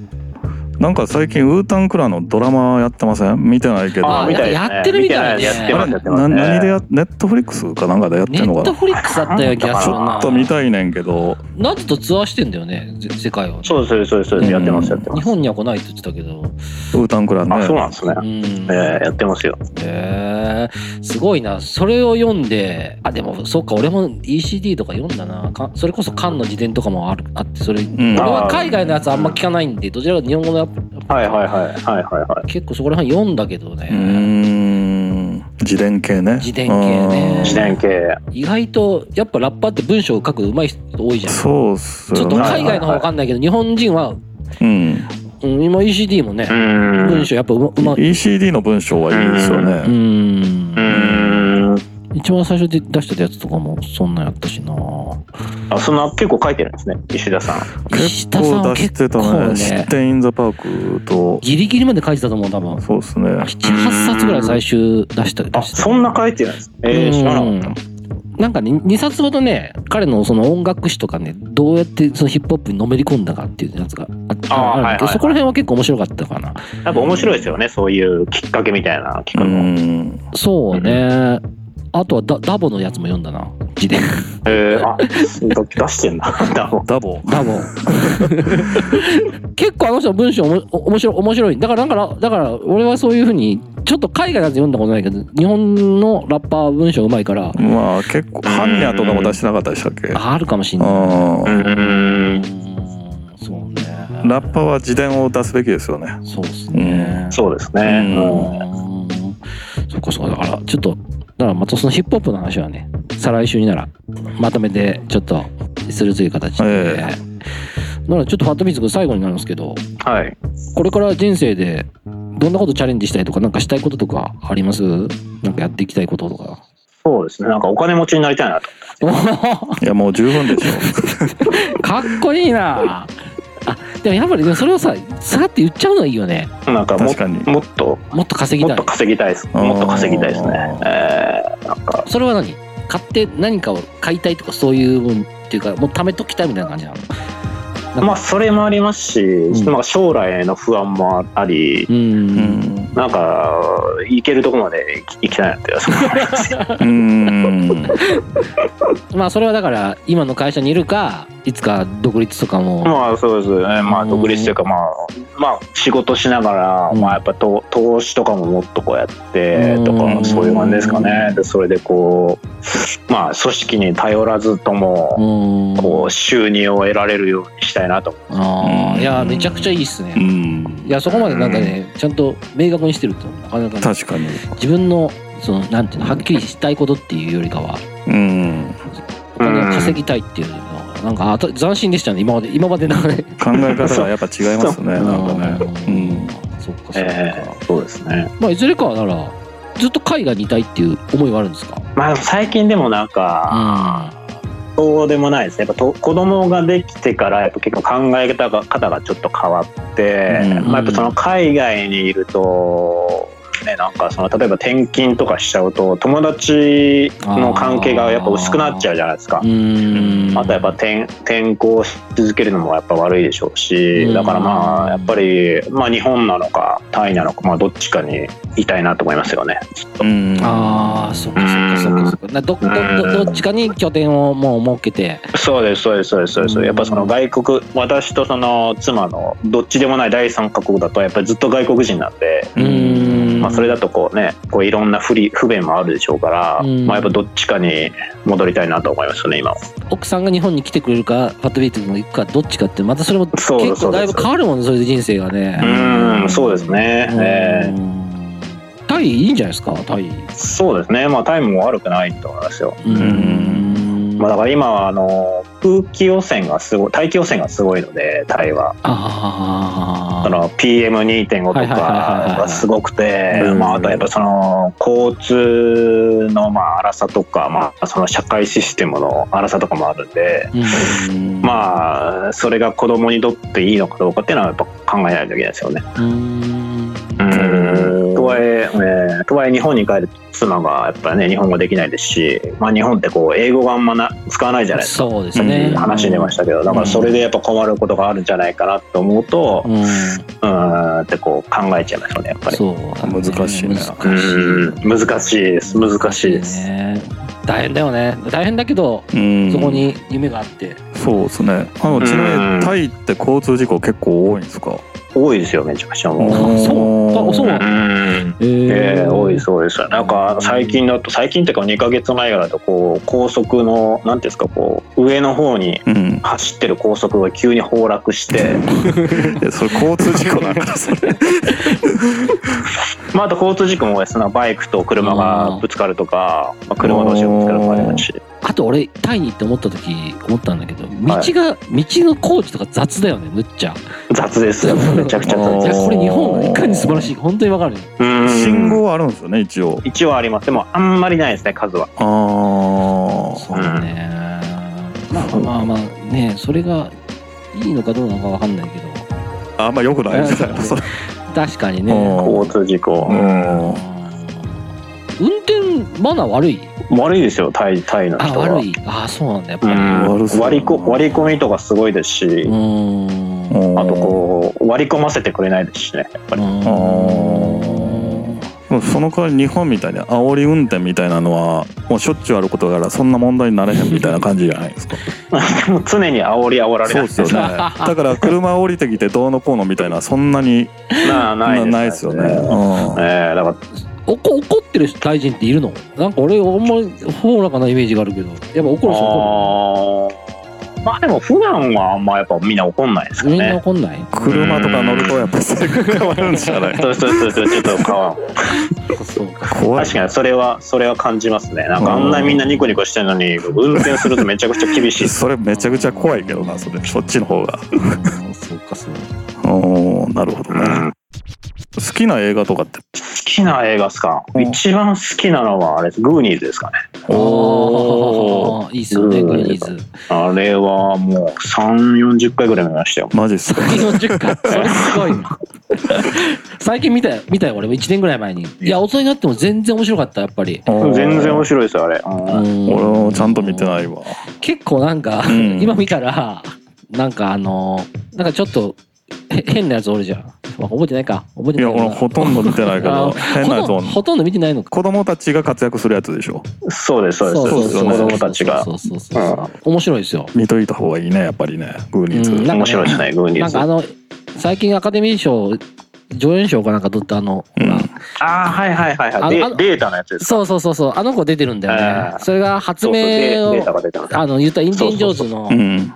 なんか最近ウータンクラのドラマやってません見てないけど
あー見たいですね
やってるみたいね
見てなやって
あれ
ますやってます
な
ね
何でやネットフリックスかなんかでやって
ネ
んの
ッ
か
ト
な
フリックスだったような気がする
ち
な。
ちょっと見たいねんけど
なんとツアーしてんだよね、ぜ世界を。
そうですそうですそうですやってますやっ
日
てます。
本には来ないって言ってたけど。
ウータンクラね
あそうなんですね
う。ん。
えーやってますよ。
へーすごいな。それを読んで、あ、でも、そっか、俺も ECD とか読んだな。かそれこそ漢の辞典とかもあるあって、それ、
うん
俺は海外のやつあんま聞かないんで、どちらかというと日本語のやっぱ
はいはいはいはいはいはい。
結構そこら辺読んだけど
うー
ね。
ん自伝系ね
自伝系ね
うん
自伝系。
意外と、やっぱラッパーって文章を書く上手い人多いじゃん。
そうっす
ちょ
よ
っ
ね
と海外の方わかんないけど、日本人は、
うん
うん、今 ECD もね
う、ん。
文章やっぱうまうまい。
ECD の文章はいいですよ
う
ね
ん
う。ん。
一番最初で出してたやつとかもそんなんやったしな
あ、そんな結構書いてるんですね。石田さん。
石
結
田さん
構
は
出して
結
た
構
ね「
ね
知ってイン・ザ・パーク」と
ギリギリまで書いてたと思う多分
そうですね
78冊ぐらい最終出した出
あ、
した
そんな書いてるんです。
う
えー、
ん
知らなかった。
なんかね2冊ほどね彼のその音楽史とかねどうやってそのヒップホップにのめり込んだかっていうやつがあ
あ
あるん
ー
だけ
はいはい
ど
はい
そこら辺は結構面白かったかな
やっぱ面白いですよね、そういうきっかけみたいな聞
う
くの。
ん
そうねあとはダダボのやつも読んだな字で
えー、あ、ど出してんだ。だもん
ダボ
ダボ 結構あの人の文章おもお面白い面白いだからだからだから俺はそういうふうにちょっと海外のやつ読んだことないけど日本のラッパー文章うまいから
まあ結構ハンニャとかも出してなかったでしたっけ
あるかもしんない
うん
うん。
うんそうね
ラッパーは自伝を出すべきですよね
そうですね。
そうです
う
ね。うん
うんそっかそっか。だから、ちょっと、だからまたそのヒップホップの話はね、再来週になら、まとめてちょっとするという形で。
ええ
なので、ちょっとファットビーズ君最後になるんですけど、
はい。
これから人生で、どんなことチャレンジしたいとか、なんかしたいこととかありますなんかやっていきたいこととか。
そうですね。なんかお金持ちになりたいなと。
おー
いやもう十分 でしょ
かっこいいなあ、でもやっぱり、でもそれをさ、さらって言っちゃうのはいいよね。
なんかも
確かに
もっと、
もっと稼ぎ
も
た
っ
い
と。稼ぎたいです。もっと稼ぎたいですね。えー、なんか、
それは何買って何かを買いたいとかそういうもんっていうかもう貯めときたいみたいな感じなの
まあそれもありますし、
ん
なんか将来への不安もあり、
う
うんん
なんか、行けるとこまで行き行きたいなって。
うん
まあそれはだから今の会社にいるかいつか独立とかも
まあそうですね、まあ
うん
独立というか、まあ、まあ仕事しながら、
うん
まあやっぱと投資とかももっとこうやってと
うん
か、そういう感じですかね。でそれでこう、まあ組織に頼らずと
う
も、
ん
こう収入を得られるようにしたいなと。
あ
う
あ
ん
いやめちゃくちゃいいっすね
う、
い
ん
やそこまでなんかねちゃんと明確にしてるとなかなかね
確かに
自分のそのなんていうのはっきりしたいことっていうよりかは
うん
お金を稼ぎたいっていうのがなんかあと斬新でしたね今まで今までなんかね
考え方はやっぱ違いますねなんかねうん
そっかそっか、
ええそうですね。
まあいずれかはならずっと海外にいたいっていう思いはあるんですか
まあ最近でもなんか、
あ
そうでもないですね。やっぱと子供ができてから、やっぱ結構考え方が方がちょっと変わって、
うん
まあやっぱその海外にいると、ねなんかその例えば転勤とかしちゃうと友達の関係がやっぱ薄くなっちゃうじゃないですか
う。ーん
あとやっぱ転転校し続けるのもやっぱ悪いでしょうしだからまあやっぱり、まあ、日本なのかタイなのか、まあ、どっちかにいたいなと思いますよね。
うん
ああそっかそっかそっかそっかなどどどどっちかに拠点をもう設けて
そうですそうですそうですそうです、
うん
やっぱその外国私とその妻のどっちでもない第三カ国だとやっぱりずっと外国人なんで、
うーん
まあ、それだとこうねこういろんな不利不便もあるでしょうから、
うん
まあ、やっぱどっちかに戻りたいなと思いますね今は
奥さんが日本に来てくれるかファットビートにも行くかどっちかってまたそれも結
そうですそ
構
う
だい
で
ぶ
す
変わるもんねそれで人生が
う
ね、
んそうですね、
うん
えー
タイいいんじゃないですかタイ
そうですねまあタイムも悪くないと思いますよ
う
まあ、だから今はあの空気汚染がすごい大気汚染がすごいのでタイは
あ
そ
あ
の PM2.5 と
はいはいはいはい
か
はい
がすごくて
うん
まああとはやっぱその交通のまあ荒さとか、まあ、その社会システムの荒さとかもあるんで。
あ
まあそれが子供にとっていいのかどうかっていうのはやっぱ考えないといけないですよね。
うん
ん
とはいええーとはいえ日本に帰ると妻がやっぱね日本語できないですし、まあ、日本ってこう英語があんまな使わないじゃないですか。
そうで
さ
す
っき
ね
話に出ましたけど、だからそれでやっぱ困ることがあるんじゃないかなと思うと、
うん
うーんってこう考えちゃいますよね、やっぱり。
そう
難しいな
難し
うー
い
ん難しいです、難しいです。
ね大変だよね大変だけど
うん
そこに夢があって
そうですねあのちなみ
うん
にタイって交通事故結構多いんですか
多いですよ、めちゃくちゃもう。
あそうあそう
う
なんだ
ん
え
えー多いです多いですなんか最近だと最近っていうか2ヶ月前ぐらいだとこう高速の何ていうんですかこう上の方に
うん
走ってる高速が急に崩落して
いやそれ交通事故なんかそれ
まあ、あと交通事故も多いですなバイクと車がぶつかるとか、まあ、車同士がぶつかるとかありますし
あと俺タイに行って思った時思ったんだけど道が、
はい
道の工事とか雑だよねむっちゃ
雑ですよめちゃくちゃ
お
い
雑
ー
や
です
これ日本いかに素晴らしいか本当にわかるね
うん
信号はあるんですよね一応
一応ありますでもあんまりないですね数は
ああ
そうだね、まあまあまあねそれがいいのかどうなのかわかんないけど
あんま良くないみたいなそれ
確かにね
うん
交通事故、
うん
運転マナー悪い
悪いですよタイタイの
あ
人は
悪いあそうなんだやっぱ
う
り
ん
悪そう
割りこ割り込みとかすごいですし、
うん
あとこう割り込ませてくれないですしねやっぱり、
うん
でもその代わり日本みたいに煽り運転みたいなのはもうしょっちゅうあることだからそんな問題になれへんみたいな感じじゃないですか
もう常に煽り煽られ
そう
な
で
い
すよねだから車降りてきてどうのこうのみたいなそんなに
なない
ないですよね、
ええだから
おこ怒ってる人大臣っているのなんか俺あんまりほうらかなイメージがあるけどやっぱ怒る人怒
あーまあでも普段はあんまやっぱみんな怒んないです
る
か
みんな
ね
怒んない
車とか乗るとやっぱ性格変わるんじゃない
そうそうそうそうちょっと変 わん
そうか
怖い
確かにそれはそれは感じますねなんかあんなみんなニコニコしてるのに運転するとめちゃくちゃ厳しいです
それめちゃくちゃ怖いけどなそれそっちの方が
うんそうかそうか
おーなるほど
う
ね
ん
好きな映画とかって
好きな映画ですか、
うん
一番好きなのはあれですグーニーズですかね
おーいいっすよね
うん
グリーズ
あれはもう3 4 0回ぐらい見ましたよ
マジっすか
40回それすごいな最近見たよ見たよ俺も1年ぐらい前にいや大人になっても全然面白かったやっぱり
おー
全然面白いですよあれ、うん
俺もちゃんと見てないいわ
結構なんか、
うん
今見たらなんかあのなんかちょっとへ変なやつおるじゃんまあ覚えてないか覚え
い
て
や
ない
俺ほとんど見てないけ
あ
ど
ー
変なや
ほ
つ
とん
も
ほとんど見てないのか
子供たちが活躍するやつでしょ
そうですそうですそうです
そうそう
子
そう
供たちが
そうそうそうそう面白いですよ
見といた方がいいねやっぱりねグーニーズ、
うんなんか
面白いですねグーニー
なん
ズ
かあの最近アカデミー賞上演賞かなんか取ったあの、
うん
ほら
ああはいはいはい
あ
は
の
い
あの
デデータのやつです
そうそうそうそうあの子出てるんだよね
あー
それが発
そうそうデデ
明を
ータが出たの
あの言ったらインディ・ンジョーンズ
う
の
ん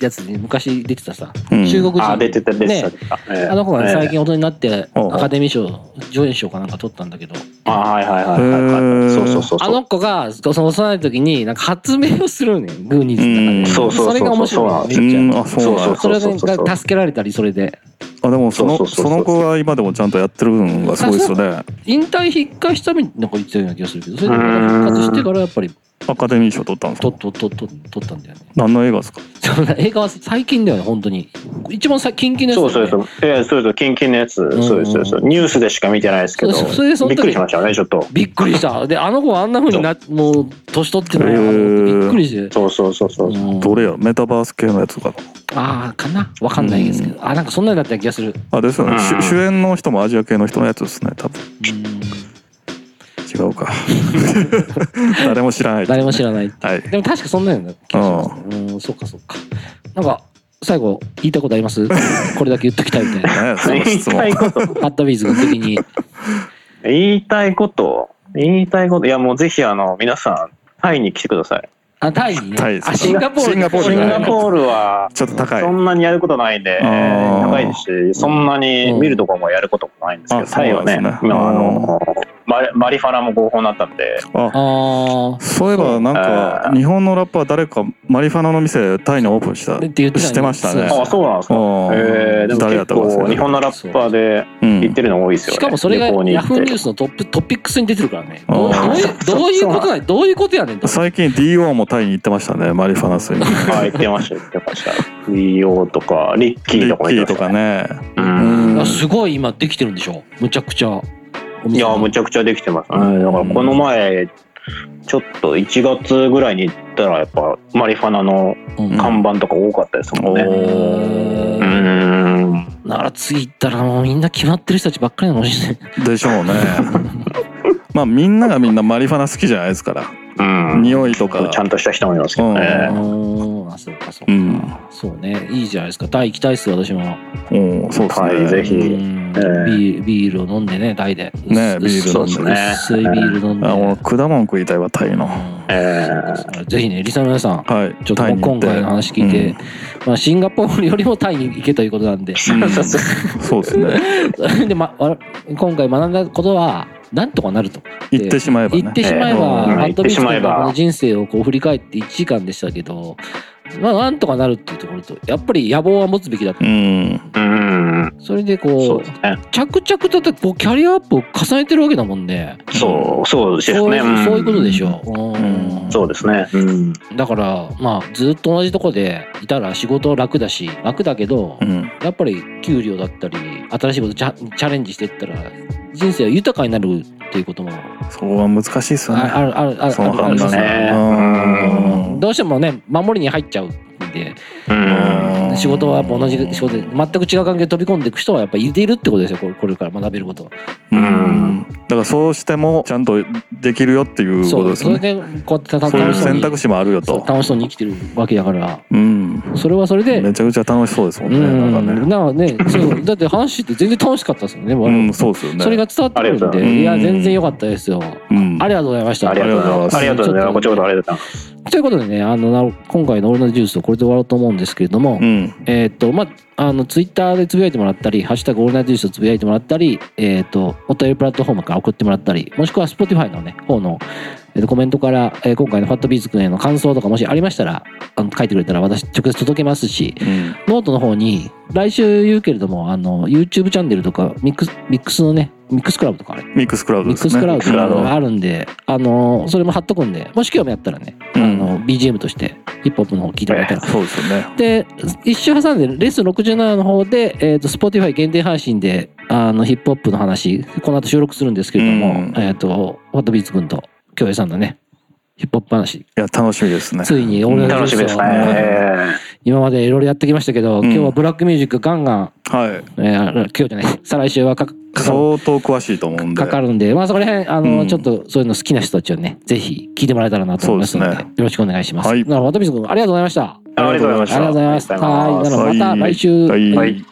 やつで昔出てたさ、
うん
中国人
あー出てた出てた
ね
出てたええ
あの子がね
ええ
最近大人になって
おうおう
アカデミー賞上演賞かなんか取ったんだけど
あーはいはいはいはい
へ
は
ー
いそうそうそう
あ
そう
の子がその幼い時になんか発明をするねグーニーズの中
う
で
ん
そうそうそうそ
れ
う
が面白いねめっちゃ
うんあそうなんや
それが助けられたりそれで
あでもその
そうそうそう
そ
そう
の子が今でもちゃんとやってる分がすごいですよね
引退引っ返したみたいなこと言ってたような気がするけどそれでまた復活してからやっぱり
アカデミー賞取ったんです
と
か
っとっとっと撮ったんだよね。
何の映画ですか
そんな映画は最近だよね、本当に。一番さ近々のやつだ
そ
よ
う
ね。
そうそう。ええそうそう、キンキンのやつ。そうです、そうです。ニュースでしか見てないですけど。
そうそれでその時
びっくりしましたよね、ちょっと。
びっくりした。で、あの子はあんな風にな、もう、年取ってないなと思ってびっくりして。
そうそうそうそう。
うん
どれやメタバース系のやつかな
ああ、かなわかんないですけど。あ、なんかそんなになった気がする。
あですよね、
うん
主主演の人もアジア系の人のやつですね多分
うん
違うか誰も知らない
誰も知らない。
はい
でも確かそんなような気がしますね。うん、そっかそっか。なんか、最後、言いたいことあります これだけ言っときたいみたいな。
何やその
言い
質
た
問
いこと。
パッドウィズ君的に。
言いたいこと。言いたいこと。いや、もうぜひ、あの、皆さん、タイに来てください。
あ、タイにね。
タイです
あ、シンガポール。
シンガポール
シンガポールは、
ちょっと高い
そんなにやることないんで、
あー
高いですし、そんなに見るところもやることもないんですけ
あ
ど、タイはね
そうなんで、すね
今、あの、マリマリファナも合法になったんで、
あ
あ
そういえばなんか
あー
日本のラッパー誰かマリファナの店タイにオープンした
あ。って言って
知ってましたね
そう
あ、そうなんですか。
あー
えー、でも
誰や
結
ったか忘れ
構
た
日本のラッパーで
うん
行ってるの多いですよね。
しかもそれが
旅行に行
ヤ
っ
フー
て
ニュースのトップトピックスに出てるからね。
あー
どうどういうどういうことなんどういうことやねんと。
最近 DO もタイに行ってましたねマリファナスに
はい、行ってました、行ってました。EO とか、リッキ
リ
ーとか
ッ
も
キ
行
ー
って
と
ま
か
したね。
ね
うん
うん
あすごい今できてるんでしょむちゃくちゃ。お
い
店が
や、むちゃくちゃできてますね。だから、この前、ちょっと1月ぐらいに行ったら、やっぱ、マリファナの
うん
看板とか多かったですもんね。
お
う
ー
ん。
なら次行ったらもうみんな決まってる人たちばっかりなのにね。
でしょう ねまあみんながみんなマリファナ好きじゃないですから
うん。
匂いとか
ちゃんとした人もいますけど
う
ね。
ーん、あ、そうかそうか。
うん
そうね。いいじゃないですか。タイ行きたいっすよ、私も。
おーそうですね、
はいぜひ
う
いい
ん
ええ
ビービールを飲んでね、タイで。薄
ねビール飲んで
薄
そうっすね
薄いビール飲んで。
あもう果物食いたいわタイの
うん
え
ぜひね、リサの皆さん、
はい
ちょっと
タイに行
今
って
回の話聞いて、まあ、シンガポールよりもタイに行けということなんで、
うん うんそうですね
で、ま、わ今回学んだことは、なんとかなると。
行ってしまえばね
言ってしまえば、
ええ
ハットビス君
言ってしまえ
の
ば
この人生をこう振り返って1時間でしたけど、まあ、なんとかなるっていうところと、やっぱり野望は持つべきだと。
うん
うん。
それで
そう
こ
です
う、
ね。
着々とだってこうキャリアアップを重ねてるわけだもんね。
そう、そうですね。
そういうそういうことでし
うん
ょ。うん
そうですね。うん。
だから、まあ、ずっと同じとこでいたら仕事楽だし、楽だけど
う、ん
やっぱり給料だったり、新しいことチャチャレンジしていったら、人生は豊かになるっていうことも、
そこは難しいっすよ
ああ
ね
る、ある、ある、
その
あ
判
り
断
ますね。
が
うん
うん
どうしてもね、守りに入っちゃうんで、
うん。
うん
仕事はやっぱ同じ仕事で、全く違う環境に飛び込んでいく人はやっぱいているってことですよ、これこれから学べることは。
うんだからそうしてもちゃんとできるよっていうことです
そ
よ
れ
ね
でこうやって楽
そういう
しそう
選
に
択肢もあるよ
そう
と
楽しそうに生きてるわけだから、
うん
それはそれで、
めちゃくちゃ楽しそうですもん
う
ね
ん、
なんかね
なんかね、そう、だって話して全然楽しかったですよね、我
う
々
んそうですよね
それが伝わってくるん
ありがとうござい
ます
で、いや、全然良かったですよ。
うん
ありがとうございました。
ありがとうございます。
あ
あ
り
り
が
が
と
と
う
う
ご
ご
ざ
ざ
い
い
ます
ます。こっちこそありがとうございます。
ということでね、あの、な今回の俺のジュースをこれで終わろうと思うんですけれども、
うん
えっ、と、まあ、あの、ツイッターでつぶやいてもらったり、ハッシュタグオールナイトジュースをつぶやいてもらったり、えっ、と、お便りプラットフォームから送ってもらったり、もしくは Spotify のね、方の、えーとコメントから、えー今回のファットビーズくんへの感想とかもしありましたら、あの書いてくれたら私直接届けますし、
うん
ノートの方に、来週言うけれども、あの、YouTube チャンネルとか、ミックス、ミックスのね、ミックスクラブとかあれ、
ミックスクラウド
ミ
で
ッ
すね
クスクラウド
ミックスクラウド
があるんで、あの、それも貼っとくんで、もし興味あったらね、
うん
あの、BGM として、ヒップホップの方聞いてもらえたら。
そうですよね
で、一周挟んで、レッスン67の方で、えっ、と、Spotify 限定配信で、あの、ヒップホップの話、この後収録するんですけれども、
うん
えっ、と、ワットビーツ君と京平さんのね、ヒップホップ話、
いや楽しみですね
ついに俺
楽しみですね。
今までいろいろやってきましたけど、
うん
今日はブラックミュージックガンガン、
はい
えー今日じゃない、 再来週はかかかかる
相当詳しいと思うんで
かかるんで、まあそこら辺、あの、
うん
ちょっとそういうの好きな人たちをね、ぜひ聞いてもらえたらなと思いますので、
そうです
よろしくお願いします。
はい
なるほど、渡辺君、ありがとうございました。
ありがとうございました。
ありがとうございました。ならまた来週。
はい
は
はい
い